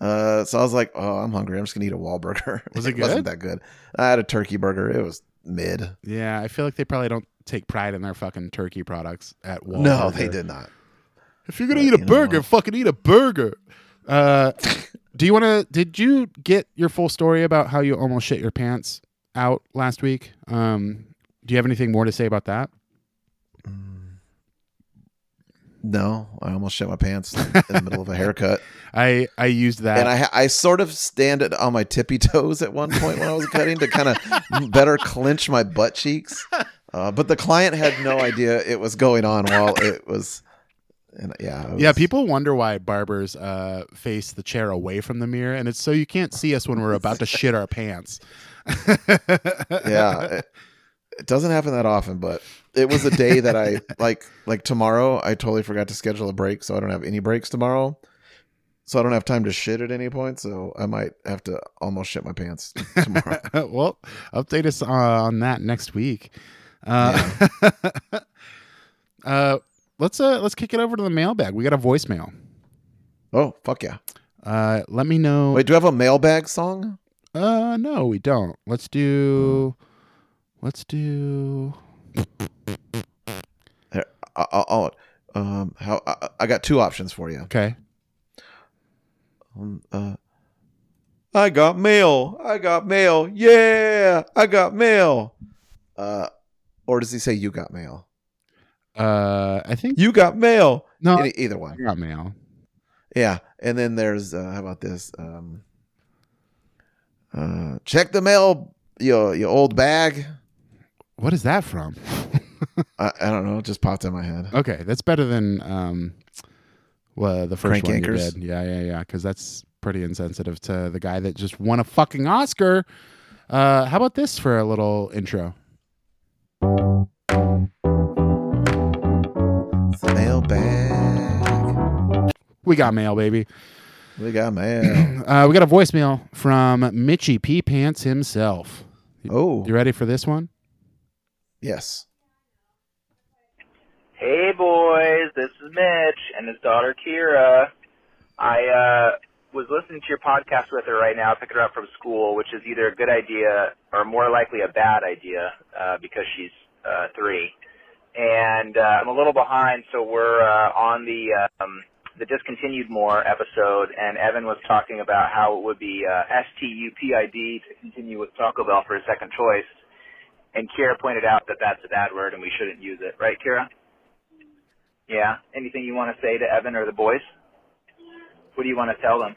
Uh, so I was like, "Oh, I'm hungry. I'm just gonna eat a Wahlburger." Was it wasn't good? that good. I had a turkey burger. It was mid. Yeah, I feel like they probably don't take pride in their fucking turkey products at Walmart. No, they did not. If you're gonna But eat a you know burger, what? fucking eat a burger. Uh, do you want to? Did you get your full story about how you almost shit your pants out last week? Um, do you have anything more to say about that? No, I almost shit my pants in the middle of a haircut, I I used that. and I ha- I sort of stand it on my tippy toes at one point when I was cutting to kind of better clench my butt cheeks. Uh, but the client had no idea it was going on while it was, and yeah, it yeah, was- people wonder why barbers uh, face the chair away from the mirror, and it's so you can't see us when we're about to shit our pants. yeah it, it doesn't happen that often but it was a day that i like like tomorrow i totally forgot to schedule a break so i don't have any breaks tomorrow so i don't have time to shit at any point so i might have to almost shit my pants tomorrow well, update us uh, on that next week. Uh, uh, let's uh, let's kick it over to the mailbag. We got a voicemail. oh fuck yeah Uh, let me know. wait do you have a mailbag song Uh, no, we don't. Let's do. Let's do. I- i'll, I'll- um how I, I got two options for you Okay. um, uh I got mail. I got mail. Yeah, I got mail. Uh, or does he say you got mail? Uh, I think You got mail. no. Any, either one. I got mail. Yeah, and then there's uh, how about this? Um, uh, check the mail, your your old bag. What is that from? I, I don't know, it just popped in my head. okay, that's better than um, well, the first Crank one anchors. you did. Yeah, yeah, yeah. Because that's pretty insensitive to the guy that just won a fucking Oscar. Uh, how about this for a little intro? It's the mail bag. We got mail, baby. We got mail. Uh, we got a voicemail from Mitchy P Pants himself. Oh, You ready for this one? yes. Hey boys, this is Mitch and his daughter Kira. I uh, was listening to your podcast with her right now, picking her up from school, which is either a good idea or more likely a bad idea uh, because she's uh, three. And uh, I'm a little behind, so we're uh, on the um, the discontinued more episode, and Evan was talking about how it would be uh, STUPID to continue with Taco Bell for a second choice. And Kira pointed out that that's a bad word and we shouldn't use it, right, Kira? Yeah. Anything you want to say to Evan or the boys? What do you want to tell them?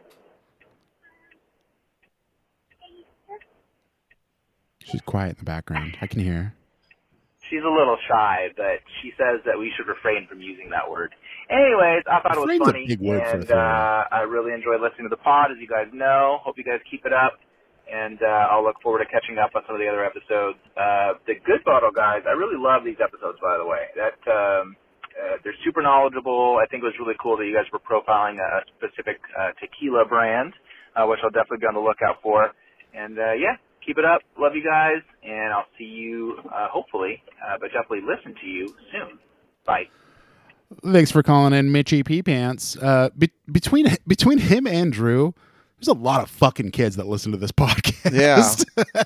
She's quiet in the background. I can hear. her. She's a little shy, but she says that we should refrain from using that word. Anyways, I thought it was Refrain's a funny, big word for a and three-year-old. uh, I really enjoyed listening to the pod, as you guys know. Hope you guys keep it up, and uh, I'll look forward to catching up on some of the other episodes. Uh, the Good Bottle guys, I really love these episodes, by the way. That um, uh, they're super knowledgeable. I think it was really cool that you guys were profiling a specific uh, tequila brand, uh, which I'll definitely be on the lookout for. And uh, yeah, keep it up. Love you guys, and I'll see you uh, hopefully, uh, but definitely listen to you soon. Bye. Thanks for calling in, Mitchy P Pants. Uh, be- between between him and Drew, there's a lot of fucking kids that listen to this podcast. Yeah,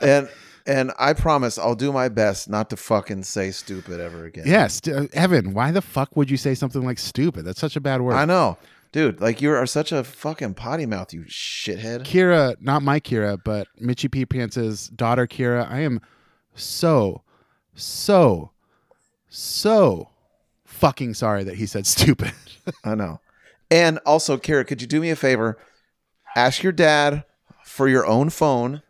And and I promise I'll do my best not to fucking say stupid ever again. yes, d- uh, Evan. Why the fuck would you say something like stupid? That's such a bad word. I know, dude. Like you are such a fucking potty mouth, you shithead. Kira, not my Kira, but Mitchy P Pants' daughter, Kira. I am so, so, so fucking sorry that he said stupid. I know. And also, Kara, could you do me a favor? Ask your dad for your own phone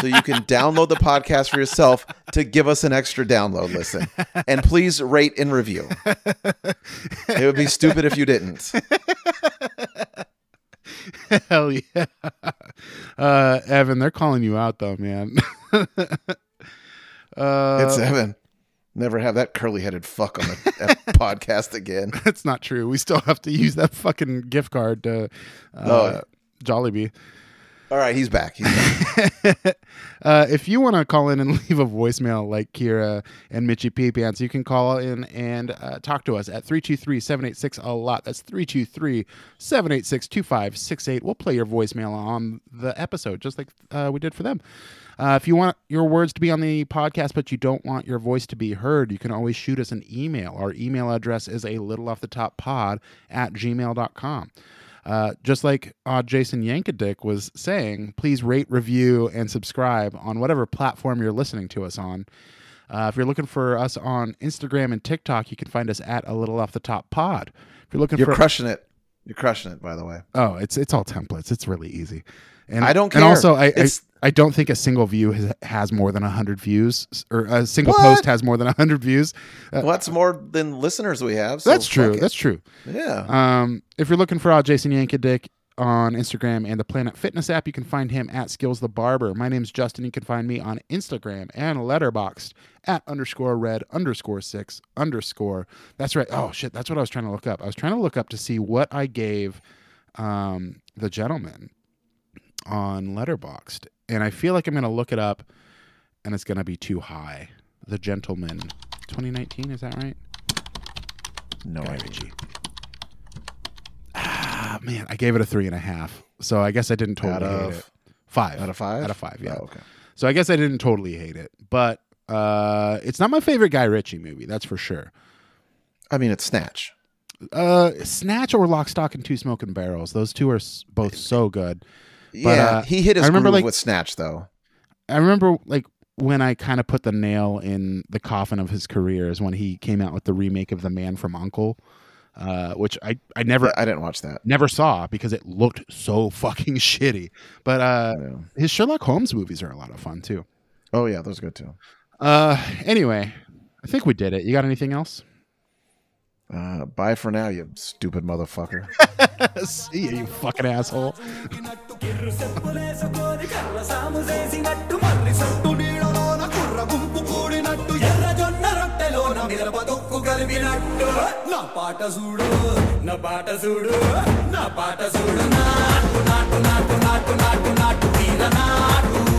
so you can download the podcast for yourself to give us an extra download listen. And please rate and review. It would be stupid if you didn't. Hell yeah. Uh, Evan, they're calling you out though, man. uh, It's it's, Evan. Never have that curly headed fuck on the ep- podcast again. not true. We still have to use that fucking gift card to uh, Oh. Jollibee. All right, he's back. He's back. uh, if you want to call in and leave a voicemail like Kira and Mitchy P Pants, you can call in and uh, talk to us at 323 786 a lot. That's 323 786 2568. We'll play your voicemail on the episode, just like uh, we did for them. Uh, if you want your words to be on the podcast, but you don't want your voice to be heard, you can always shoot us an email. Our email address is a little off the top pod at gmail.com. Uh, just like uh, Jason Yankadick was saying, please rate, review, and subscribe on whatever platform you're listening to us on. Uh, if you're looking for us on Instagram and TikTok, you can find us at a little off the top pod. If you're looking You're for crushing it. You're crushing it. By the way, oh, it's it's all templates. It's really easy. And I don't And care. also, I I, It's- I don't think a single view has, has more than hundred views, or a single What? post has more than hundred views. Uh, what's more than listeners we have? so that's true. fuck it. That's true. yeah. Um, if you're looking for uh, Jason Yankadick on Instagram and the Planet Fitness app, you can find him at Skills the Barber. My name's Justin. You can find me on Instagram and Letterboxd at underscore red underscore six underscore. That's right. Oh shit, that's what I was trying to look up. I was trying to look up to see what I gave um, the gentleman on Letterboxd, and I feel like I'm gonna look it up, and it's gonna be too high. The gentleman, 2019, is that right? no Guy idea. Ritchie. Ah, man, I gave it a three and a half. So I guess I didn't Out totally hate it. of Five. out of five. Out of five, yeah. Oh, okay. So I guess I didn't totally hate it. But uh, it's not my favorite Guy Ritchie movie, that's for sure. I mean, it's Snatch. Uh, Snatch or Lock, Stock, and Two Smoking Barrels. Those two are s- both so good. yeah, uh, he hit his I remember, groove like- with Snatch though. I remember like when I kind of put the nail in the coffin of his career is when he came out with the remake of The Man from Uncle, uh, which I, I never I didn't watch that. never saw because it looked so fucking shitty. But uh, Yeah. his Sherlock Holmes movies are a lot of fun too. Oh yeah, those are good too. Uh, anyway, I think we did it. You got anything else? Uh, bye for now, you stupid motherfucker. See ya, you fucking asshole. చూపినట్టు కిర్రు చెప్పులేసు కోరి కర్ర సాము చేసినట్టు మర్రి సట్టు నీడలోన కుర్ర గుంపు కూడినట్టు ఎర్ర జొన్న రొట్టెలోన మిరప దొక్కు కలిపినట్టు నా పాట చూడు నా పాట చూడు నా పాట చూడు నాటు నాటు నాటు నాటు నాటు నాటు తీర నాటు